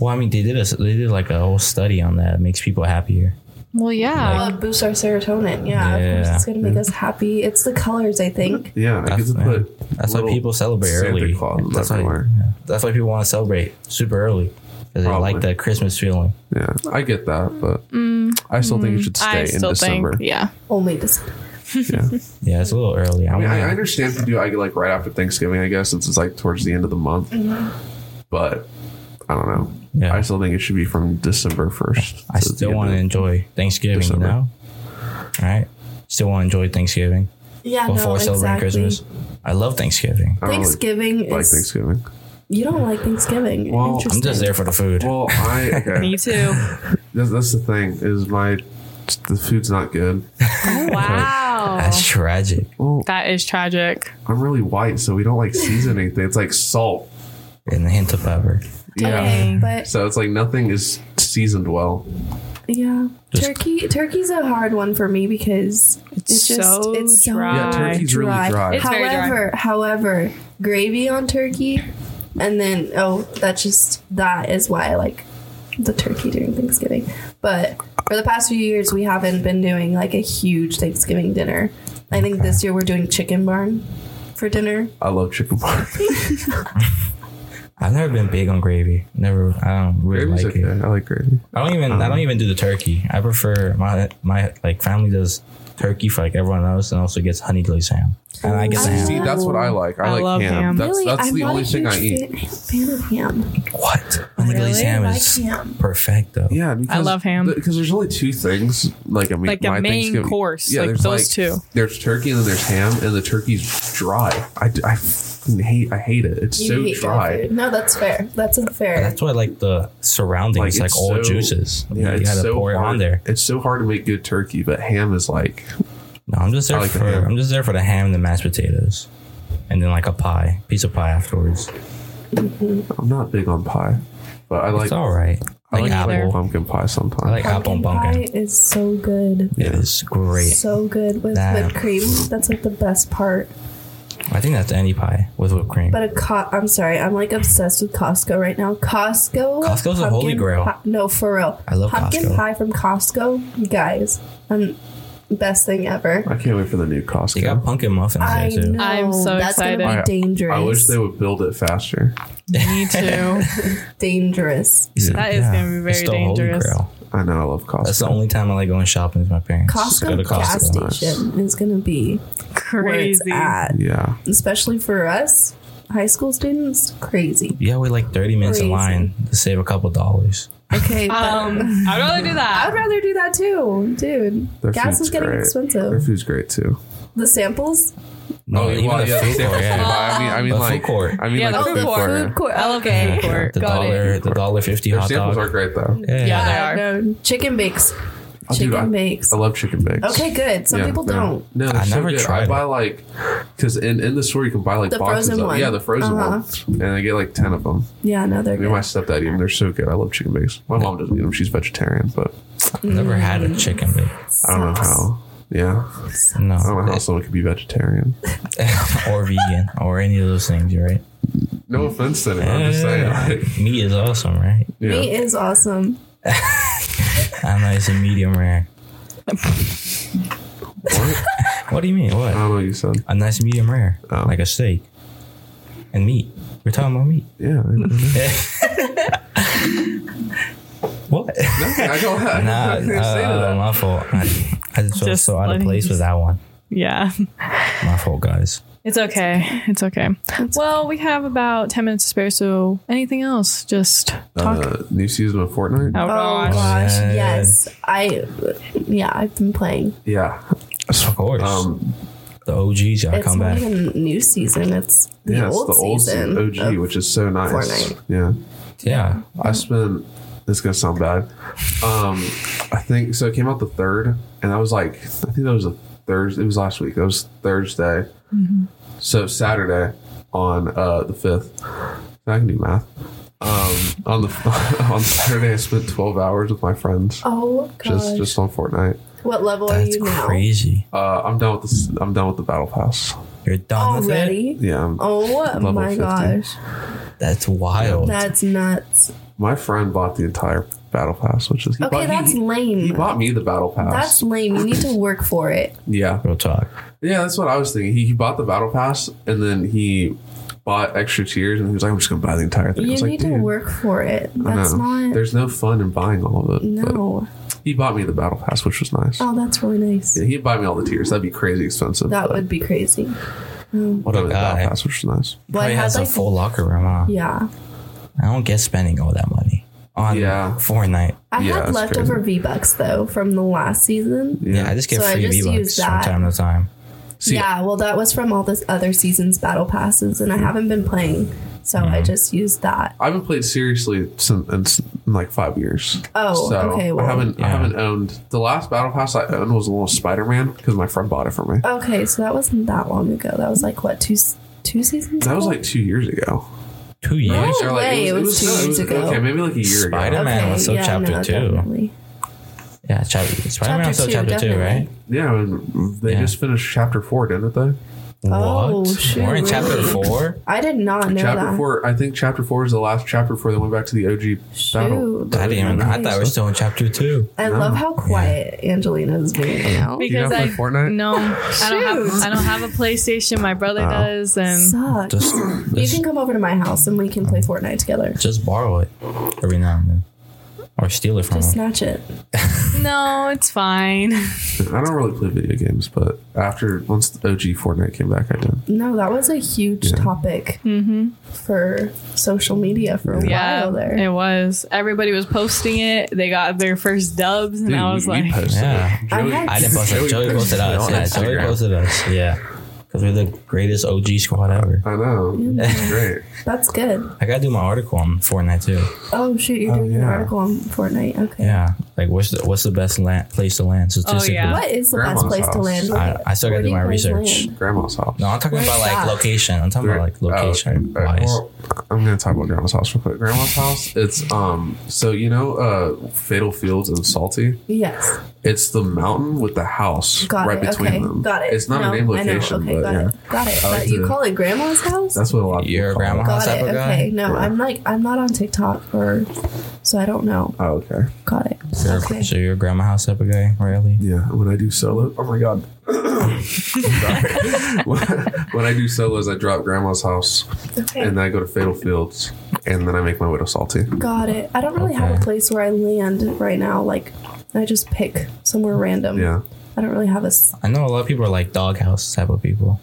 D: Well, I mean, they did a they did like a whole study on that. It makes people happier.
C: Well, yeah.
B: Well, it Uh, boosts our serotonin. Yeah, of
D: Yeah.
B: course, it's gonna make us happy. It's the colors, I think.
A: Yeah, I get
D: That's,
A: to put.
D: yeah. That's why
A: little
D: people celebrate
A: Santa
D: early.
A: Claus
D: That's why,
A: everywhere.
D: yeah. that's why people want to celebrate super early because they
A: Probably.
D: like that Christmas feeling.
A: Yeah, I get that, but I still think it should stay
C: Mm. I
A: in
C: still
A: December.
C: think, yeah.
B: Only this.
C: *laughs*
A: yeah.
D: Yeah, it's a little early. I,
A: I mean,
D: wanna,
A: I I understand to do I like right after Thanksgiving, I guess, since it's like towards the end of the month. But I don't know.
D: Yeah.
A: I still think it should be from December first.
D: I still want to enjoy Thanksgiving.
A: December.
D: You know, right? Still want to enjoy Thanksgiving
B: Yeah,
D: before
B: no,
D: celebrating
B: exactly.
D: Christmas. I love Thanksgiving.
A: I don't really
B: Thanksgiving
A: like
B: is
A: Thanksgiving.
B: you don't like Thanksgiving.
A: Well, I'm
D: I'm
B: Interesting.
D: just there for the food.
A: Well, I *laughs* okay.
C: Me too.
A: that's, that's the thing is my the food's not good.
C: wow.
D: That's tragic.
A: Well,
C: That is tragic.
A: I'm really white, so we don't like season anything. It's like salt.
D: And a hint of pepper.
A: Yeah.
B: Okay, but
A: So it's like nothing is seasoned well.
B: yeah,
D: Just-
B: turkey turkey's a hard one for me because it's, just
C: so
B: it's so
C: dry.
A: Yeah, turkey's really dry.
C: It's very dry.
B: however, however, gravy on turkey, and then oh, that's just that is why I like the turkey during Thanksgiving. But for the past few years, we haven't been doing like a huge Thanksgiving dinner. I think this year we're doing chicken barn for dinner.
A: I love chicken parm.
D: I've never been big on gravy. Never. I don't really
A: Gravy's
D: like
A: okay.
D: it.
A: I like gravy.
D: I don't even.
A: Um,
D: I don't even do the turkey. I prefer my my like family does turkey for like everyone else, and also gets honey glazed ham. And I get the
B: I
A: See,
D: ham.
B: love-
A: that's what I like. Oh. I,
C: I
A: like
C: love
A: ham.
C: ham.
A: That's that's
B: Uh, I'm
A: the
B: not a
A: only thing
B: huge
A: I eat.
B: Fan, I'm a fan of ham.
D: What? Honey glazed
C: Really?
D: ham
B: I
D: is
B: can't.
D: perfect though.
A: Yeah, because
C: love ham.
A: because there's only two things like I mean,
C: Like a
A: my
C: main
A: Thanksgiving-
C: course, like those two.
A: There's turkey and then there's ham, and the turkey's dry. I, I fucking hate I hate it. It's
B: You
A: so
B: hate dry
A: dry.
B: food. No, that's fair. That's fair.
D: That's why I like the surroundings, like, all
A: so-
D: juices.
A: Yeah,
D: you
A: it's
D: gotta
A: so
D: pour
A: hard.
D: it on there.
A: It's so hard to make good turkey, but ham is like
D: No, I'm just there
A: I like the
D: for
A: ham.
D: I'm just there for the ham, and the mashed potatoes, and then like a pie, piece of pie afterwards.
A: I'm not big on pie, but I like
D: it's all right.
A: I
D: Like
A: like
D: apple.
C: either.
A: pumpkin pie sometimes.
D: I like apple pumpkin.
B: pie is so good.
D: It is great.
B: So good with
D: Nah.
B: whipped cream. That's like the best part.
D: I think that's any pie with whipped cream.
B: But a co- I'm sorry, I'm like obsessed with Costco right now. Costco.
D: Costco's a holy
B: pumpkin
D: grail.
B: pi- no, for real.
D: I love
B: pumpkin
D: Costco.
B: pie from Costco, you guys. Um, best thing ever.
A: I can't wait for the new
D: they got
A: Costco.
D: pumpkin muffins
B: I
D: there too.
B: know.
C: I'm so
B: that's
A: I,
B: gonna
C: excited.
B: be dangerous.
A: I wish they would build it faster.
C: Me
A: *laughs*
C: too.
B: dangerous.
C: That is gonna be very dangerous.
A: I know I love Costco.
D: That's the only time I like going shopping with my parents.
B: Costco, gas station is gonna be where it's
C: Crazy.
B: at,
A: yeah,
B: especially for us high school students. Crazy.
D: Yeah, wait like 30 minutes in
B: Crazy.
D: line to save a couple dollars.
B: Okay. *laughs* but-
C: Um, I'd rather do
B: I'd
C: that.
B: rather do that too, dude.
A: Their
B: Gas
A: food's
B: is getting
A: great. Their
B: expensive.
A: food's great too.
B: The samples,
D: No,
A: Oh,
D: even
A: well,
D: the
A: yeah,
D: food
A: yeah,
D: court,
A: I
D: yeah.
A: mean, I mean,
D: The food
A: like,
D: court.
A: I mean,
C: Yeah,
A: like
C: the
A: the
C: food
A: food
C: court.
A: court.
B: food court.
C: I love food
D: Yeah,
C: court.
D: the
C: Got
D: dollar,
C: it.
D: the dollar fifty
A: Their
D: hot
A: samples
D: dog.
A: are great though.
D: yeah,
C: Yeah.
B: I know. Chicken bakes.
A: Oh, dude,
B: Chicken
A: I-
B: bakes.
A: I love chicken bakes.
B: Okay, good. Some
A: Yeah,
B: people
A: no.
B: don't.
A: No, they're
D: I
A: so
D: never
A: good.
D: tried
A: I
D: it.
A: buy like because in, in the store you can buy like
B: The
A: boxes
B: frozen
A: of
B: one.
A: yeah the frozen
B: Uh-huh.
A: ones and I get like ten of them.
B: Yeah, no, they're
A: Me and my
B: good.
A: stepdad eat them. They're so good. I love chicken bakes. My mom doesn't eat them. She's vegetarian, but
D: Never had a chicken bake.
A: I don't know how. Yeah,
D: No,
A: I don't know
B: *laughs*
A: how someone could be vegetarian.
D: *laughs* or vegan or any of those things, right?
A: No offense to anyone. I'm just saying. Like,
D: Meat is awesome, right?
A: yeah.
B: Meat is awesome.
D: I know it's a medium rare.
A: What?
D: *laughs* What do you mean?
A: I
D: What?
A: don't know what you said.
D: A nice medium rare,
A: Oh.
D: like a steak and meat. We're talking about meat.
A: *laughs* Yeah. I know.
D: what?
A: Nothing. I don't have *laughs*
D: Nah,
A: nothing to say to
D: uh,
A: that.
D: my fault. I, I just felt
C: Just
D: so out of
C: letting-
D: place with that one.
C: Yeah.
D: My fault, guys.
C: It's okay. It's okay. well, we have about 10 minutes to spare, so anything else? Just talk.
A: Uh, new season of Fortnite.
C: oh,
B: Oh
C: gosh.
B: gosh,
D: Yeah.
B: yes. I, yeah, I've been playing.
A: Yeah.
D: Of course.
A: Um,
D: The OGs gotta
B: It's
D: come
B: not
D: back.
B: even new season. It's the
A: yeah,
B: old
A: it's the old
B: season.
A: season, OG,
B: of-
A: which is so nice.
B: Fortnite.
A: Yeah.
D: Yeah.
B: Oh,
A: I spent. This is gonna sound bad. Um, I think so. It came out the third, and I was like, I think that was a Thursday. It was last week. That was Thursday.
B: Mm-hmm.
A: So Saturday on uh, the fifth. I can do math. Um, on the *laughs* on Saturday, I spent twelve hours with my friends
B: oh gosh.
A: just just on Fortnite.
B: what level are
D: That's
B: you now?
D: crazy.
A: Uh, I'm done with this. I'm done with the battle pass.
D: You're done with
B: Already?
A: Yeah, I'm-
B: Oh my
A: 50.
B: gosh.
D: it? That's wild.
B: That's nuts.
A: my friend bought the entire battle pass, which is he
B: Okay,
A: bought,
B: that's
A: he, he
B: lame.
A: bought me the battle pass.
B: That's lame. You
A: *laughs*
B: need to work for it.
A: yeah,
D: Real talk.
A: Yeah, that's what I was thinking. He, he bought the battle pass and then he bought extra tiers and he was like, I'm just gonna buy the entire thing. I
B: You
A: was like,
B: need to
A: "Dude,
B: work for it.
A: I
B: That's
A: know.
B: not.
A: There's no fun in buying all of it. but
B: no.
A: He bought me the battle pass, which was nice.
B: Oh, that's really nice.
A: Yeah, he'd buy me all the tiers. That'd be crazy expensive.
B: That
A: but
B: would be crazy.
D: What
A: he bought
D: a
A: me the battle
D: guy.
A: pass, which was nice.
B: Why
D: Probably has a
B: like,
D: full locker room, huh?
B: Yeah.
D: I don't get spending all that money on
A: Yeah.
D: Fortnite.
B: I
A: Yeah,
B: had
A: that's
B: leftover V Bucks though from the last season.
D: Yeah, I just get
B: So I
D: free
B: just
D: V
B: use
D: bucks from
B: that.
D: time to time.
A: See,
B: yeah, well, that was from all this other season's battle passes, and I haven't been playing, so
A: Mm-hmm.
B: I just used that.
A: I haven't played seriously since in like five years.
B: Oh,
A: so
B: okay, well.
A: I haven't. I
D: Yeah.
A: haven't owned the last battle pass I owned was a little Spider Man because my friend bought it for me.
B: Okay, so that wasn't that long ago. That was like what two s- two seasons?
A: That was
B: ago?
A: like two years ago.
D: Two years?
B: No
A: Or, like,
B: way, it was two
A: no,
B: years ago.
A: Okay, maybe like a year ago.
D: Spider-Man. Man, what's up, chapter two?
B: definitely.
D: Yeah, chapter, Spider-Man
B: Chapter
D: until
B: two,
D: chapter two,
B: definitely.
D: right?
A: Yeah, and they
D: Yeah.
A: just finished chapter four, didn't they?
B: Oh,
D: what?
B: shoot,
D: We're in
B: really?
D: chapter four?
B: I did not know
A: chapter
B: that.
A: four, I think chapter four is the last chapter before they went back to the OG battle.
B: Shoot.
D: I didn't even. I thought we were still in chapter two.
B: I love how quiet Angelina is being right
D: Oh,
B: now.
A: you not
C: because
A: play
C: I
A: Fortnite?
C: no, I don't have I don't have a PlayStation. My brother does, and
B: Sucks.
D: Just,
B: you
D: just,
B: can come over to my house and we can play Fortnite together.
D: just borrow it every now and then, or steal it from
B: Just
D: him.
B: snatch it.
C: no, it's *laughs* fine.
A: I don't really play video games, but after once the OG Fortnite came back, I did.
B: No, that was a huge topic for social media for a
C: Mm-hmm. Yeah,
B: while there.
C: it was. Everybody was posting it. They got their first dubs, and
A: Dude,
C: I was
A: we,
C: like,
A: we posted
D: Yeah.
A: it.
B: I had-
D: I didn't post it. Joey posted us.
A: on
D: Yeah, Joey
A: Instagram.
D: posted us. Yeah, because we're the greatest OG squad ever.
A: I know.
B: *laughs*
A: It's great.
B: That's good.
D: I gotta do my article on Fortnite too.
B: Oh shoot, you're
A: Oh,
B: doing an
A: yeah.
B: article on Fortnite. Okay.
D: Yeah, like what's the, what's the best land, place to land statistically?
C: yeah.
B: What is the
A: Grandma's
B: best place to
A: house.
B: land?
D: I, I still
B: Oh, Where
D: gotta do
B: you
D: my
B: guys
D: research.
B: land?
A: Grandma's house.
D: No, I'm talking
B: Where's
D: about like
B: that?
D: location. I'm talking about like location
A: Oh, okay.
D: wise.
A: Well, I'm gonna talk about grandma's house real quick. Grandma's house. It's um. So you know, uh, Fatal Fields and Salty.
B: Yes.
A: It's the mountain with the house
B: Got
A: right
B: it.
A: between
B: Okay.
A: them.
B: Got it.
A: It's not
B: No,
A: a name
B: I know.
A: location,
B: Okay,
A: but
B: got
A: yeah,
B: it. Got it.
A: I like
B: That- you
A: to-
B: call it grandma's house?
A: that's what a lot of
D: Your
A: people call
D: grandma
A: It.
D: house
B: got
D: type
B: it.
D: of guy.
B: Okay. No,
A: Yeah.
B: I'm like I'm not on TikTok or so I don't know.
A: Oh, okay.
B: Got it.
D: You're-
B: Okay.
D: So your grandma house type of guy, really?
A: Yeah, when I do solo, oh my
D: *laughs*
A: god. Sorry. *laughs* when I do solos, I drop grandma's house,
B: Okay.
A: and then I go to Fatal Fields, and then I make my way to Salty.
B: Got it. I don't really have a
D: Okay.
B: place where I land right now. Like, I just pick somewhere random.
A: Yeah.
B: I don't really have a. s-
D: I know a lot of people are like doghouse type of people.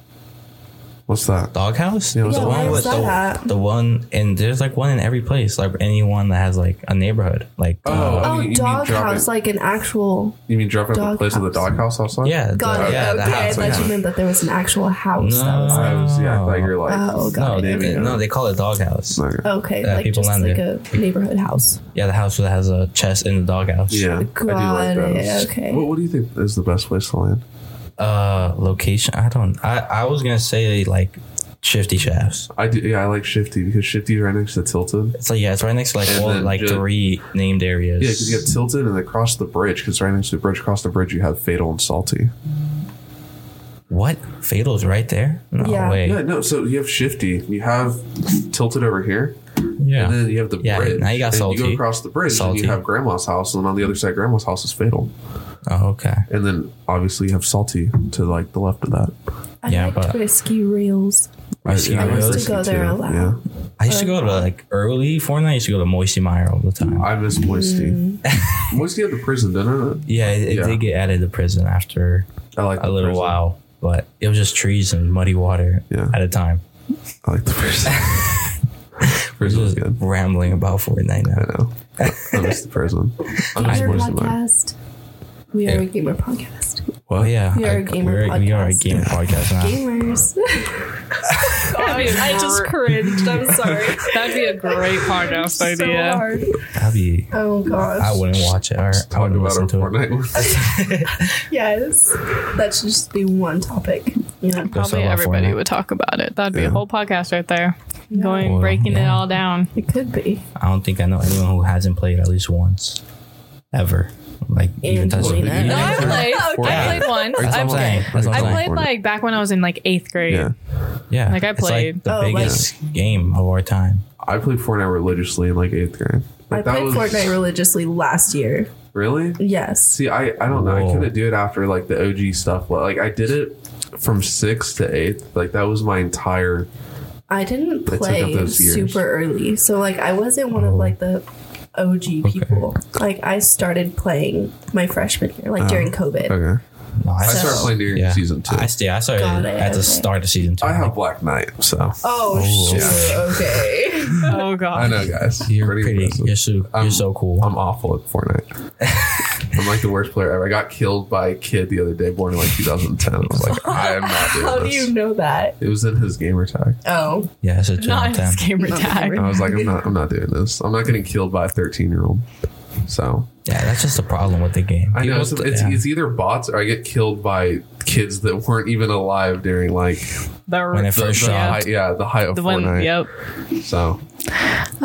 A: What's that?
D: Doghouse?
A: Yeah, what's
B: Yeah,
A: the
B: why
A: one
B: is
A: with
B: that?
D: the, the one, and there's like one in every place, like anyone that has like a neighborhood, like uh,
A: you-
B: Oh,
A: you mean drop
B: doghouse,
A: it-
B: like an actual.
A: You mean drop it at the
B: Dog
A: place of the
B: house.
A: doghouse outside?
D: yeah, the-
B: Oh, Got it.
D: yeah,
B: okay,
D: the
B: I
D: house.
B: thought
A: yeah.
B: you meant that there was an actual house. That was
A: I
B: like,
A: was, yeah, I thought you were like.
B: oh,
D: No,
B: got
D: they,
B: it. Oh,
A: Yeah.
D: no, they call it doghouse.
A: okay.
B: Okay,
D: Yeah,
B: like
D: people
B: just
D: land
B: like
D: there.
B: a neighborhood house.
D: Yeah, the house that has a chest in the doghouse.
A: Yeah, I
B: Got
A: do like
B: it,
A: those.
B: okay.
A: What, what do you think is the best place to land?
D: Uh, location. I don't. I I was gonna say like Shifty Shafts.
A: I do. Yeah, I like Shifty because Shifty's right next to Tilted.
D: It's like yeah, it's right next to like
A: And
D: all
A: then
D: like
A: just-
D: three named areas.
A: Yeah, because you have tilted and then across the bridge. Because right next to the bridge, across the bridge, you have fatal and salty.
D: what Fatal's right there? No
B: Yeah.
D: way.
A: Yeah, no. So you have shifty, you have tilted over here,
D: Yeah.
A: and then you have the
D: Yeah,
A: bridge.
D: now you got
A: and You
D: Salty.
A: go across the bridge, and
D: Salty.
A: you have grandma's house, and then on the other side, grandma's house is fatal,
D: oh, okay.
A: and then obviously you have salty to like the left of that.
B: I
D: Yeah,
B: liked
D: but-
B: whiskey reels.
D: Risky
B: I used
D: Rose.
B: to go there a lot.
A: Yeah,
D: I used to go to like early Fortnite. I used to go to Moisty Mire all the time.
A: I miss Moisty.
B: Mm. *laughs*
A: Moisty had the prison, didn't it?
D: yeah, it, it
A: Yeah.
D: did get added to prison after
A: I like
D: a little while, but it was just trees and muddy water
A: Yeah.
D: at a time.
A: I like the prison.
D: *laughs* We're
A: prison was
D: just
A: good.
D: rambling about Fortnite
A: I
D: now.
A: know. I miss the prison. I miss
B: Gamer
A: Moisty Mike.
B: podcast. We are
D: Yeah.
B: a gamer podcast.
A: What?
D: But yeah,
B: We are a gamer
D: we're, we are a
B: podcast.
D: game podcast now.
B: Gamers. *laughs*
C: I just cringed.
B: I'm sorry.
D: *laughs*
C: That'd be a *laughs* great podcast
B: so
C: idea.
B: hard.
D: I'd be,
B: Oh gosh.
D: I wouldn't watch it or I
A: Talk
D: wouldn't
A: about
D: listen
A: our
D: to it. *laughs*
A: Fortnite.
B: Yes. That should just be one topic. Yeah.
D: Go sell
C: Probably
D: out
C: everybody
D: Fortnite.
C: would talk about it. That'd be a
A: Yeah.
C: whole podcast right there. Going
D: Well,
C: breaking it
D: yeah.
C: all down.
B: It could be.
D: I don't think I know anyone who hasn't played at least once, ever. Like even touched
B: Angelina.
D: even-
C: No, I played.
A: Fortnite.
C: I played once.
D: That's what
C: I
D: I'm saying. That's what
C: I
D: I'm saying.
C: played like back when I was in like eighth grade.
A: yeah.
D: Yeah,
C: Like, I
D: It's,
C: played.
D: the
B: Oh, like-
D: biggest game of our time.
A: I played Fortnite religiously in like eighth grade.
B: I
A: Like, that
B: played
A: was-
B: Fortnite religiously last year.
A: Really?
B: Yes.
A: See, I, I don't know. I
D: Whoa.
A: couldn't do it after like the OG stuff. But, like I did it from sixth to eighth. Like that was my entire.
B: I didn't
A: took up
B: play
A: those years. Oh.
B: super early. So like I wasn't one of like the OG people. Like I started playing my freshman year, like during COVID.
A: Oh. Okay.
D: No,
A: I
B: So-
A: started playing during
D: yeah.
A: season two.
D: I
A: I,
D: still I started
B: Got it,
D: at
B: okay.
D: the start of season two.
A: have Black Knight, so
B: Oh,
D: Oh,
B: shoot.
D: yeah.
B: Okay.
A: *laughs*
C: Oh god.
A: I know, guys.
D: you're pretty.
A: impressive.
D: You're so
A: I'm-
D: you're so cool.
A: I'm awful at Fortnite.
B: *laughs*
A: I'm like the worst player ever. I got killed by a kid the other day, born in like 2010. I was like, I am not doing
B: *laughs* How do
A: this.
B: you know that?
A: It was in his gamer tag.
B: Oh.
D: yeah, it's a
C: Not
D: job
C: his
D: time.
C: gamer
B: Not
C: tag.
B: gamer.
A: I was like, I'm not, I'm not doing this. I'm not getting killed by a 13 year old. So
D: Yeah, that's just the problem with the game.
A: I know
D: People-
A: it's, it's,
D: yeah.
A: it's either bots or I get killed by kids that weren't even alive during like
C: The-
D: When it
A: the,
D: first
A: the
D: dropped.
A: high, yeah the height of
C: the
A: Fortnite.
C: one. Yep.
A: So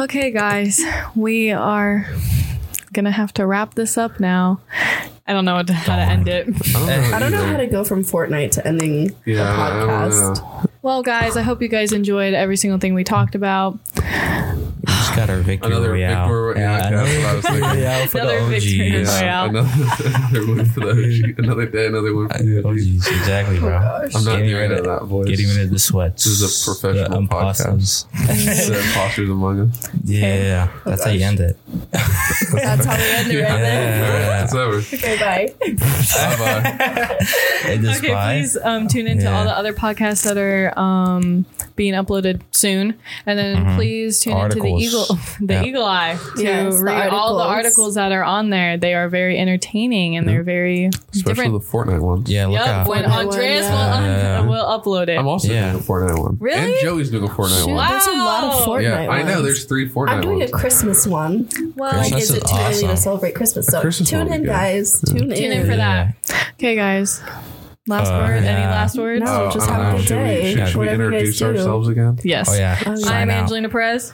C: Okay, guys, we are gonna have to wrap this up now. I don't know what to, how to end it.
A: I don't know.
B: I don't know
A: either.
B: how to go from Fortnite to ending
A: Yeah,
B: the
A: I don't
B: podcast.
A: know.
C: Well, guys, I hope you guys enjoyed every single thing we talked about.
D: We just got our victory
A: Another
D: royale.
A: victory- yeah, okay, that's what I was
D: *laughs* another
A: thinking.
D: victory royale for
C: Another
D: the OGs.
A: Yeah,
C: victory royale.
A: another, *laughs* another one for the OG, another day, another one for
D: *laughs*
A: the OG.
D: OGs, exactly, bro.
B: gosh.
A: I'm not
D: oh, Getting
A: doing
D: rid
A: it
D: of-
A: that voice.
D: Getting rid of the sweats.
A: Oh This is a professional
D: The imposters.
A: the *laughs* imposters uh, among us.
D: Yeah, that's how you end it.
B: That's how we end it right there.
A: Alright,
D: Yeah.
A: it's over.
B: Okay, bye.
A: Bye bye.
D: It is
C: Okay,
D: fine.
C: please um, tune into
D: Yeah.
C: all the other podcasts that are um, being uploaded soon, and then please tune into the
D: Mm-hmm. Articles.
C: Eagle, *laughs* the
D: Yeah.
C: Eagle Eye to
B: Yes, the
C: read all the
B: articles.
C: articles that are on there. They are very entertaining and
D: Mm-hmm.
C: they're very
A: Especially
C: different.
A: the Fortnite ones.
D: Yeah, look
C: Yep,
D: out.
C: when
B: Fortnite one,
C: Andreas
D: yeah.
C: will, will upload it.
A: I'm also
D: Yeah.
A: doing a Fortnite one.
C: Really?
A: And Joey's doing a Fortnite
B: Shoot,
A: one.
B: There's a lot of
C: Wow.
B: Fortnite.
A: Yeah, I know.
B: ones.
A: There's three Fortnite
B: I'm doing a
A: ones.
B: Christmas one.
C: well,
B: Like,
D: Christmas
B: is it
D: is
B: too early
D: awesome.
B: to celebrate Christmas? So
A: Christmas one
B: tune
A: would
B: in,
A: be good.
B: guys. Tune in.
C: tune in for
D: Yeah.
C: that. Okay, guys. Last
D: Uh,
C: word. Any
D: yeah.
C: last words?
B: No.
A: Oh,
B: just
A: I don't
B: have a
A: know.
B: good
A: Should we-
B: day.
A: Should, should we
B: Whatever you guys
A: introduce
B: do.
A: ourselves again?
C: Yes.
D: Oh yeah.
B: Oh, yeah.
C: I'm
D: Sign out.
C: Angelina Perez.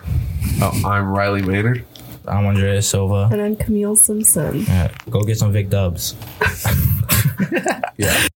A: Oh, I'm Riley Maynard.
D: I'm
C: *laughs*
D: Andreas Silva.
B: And I'm Camille Simpson.
D: Yeah, Go get some Vic Dubs.
A: Yeah.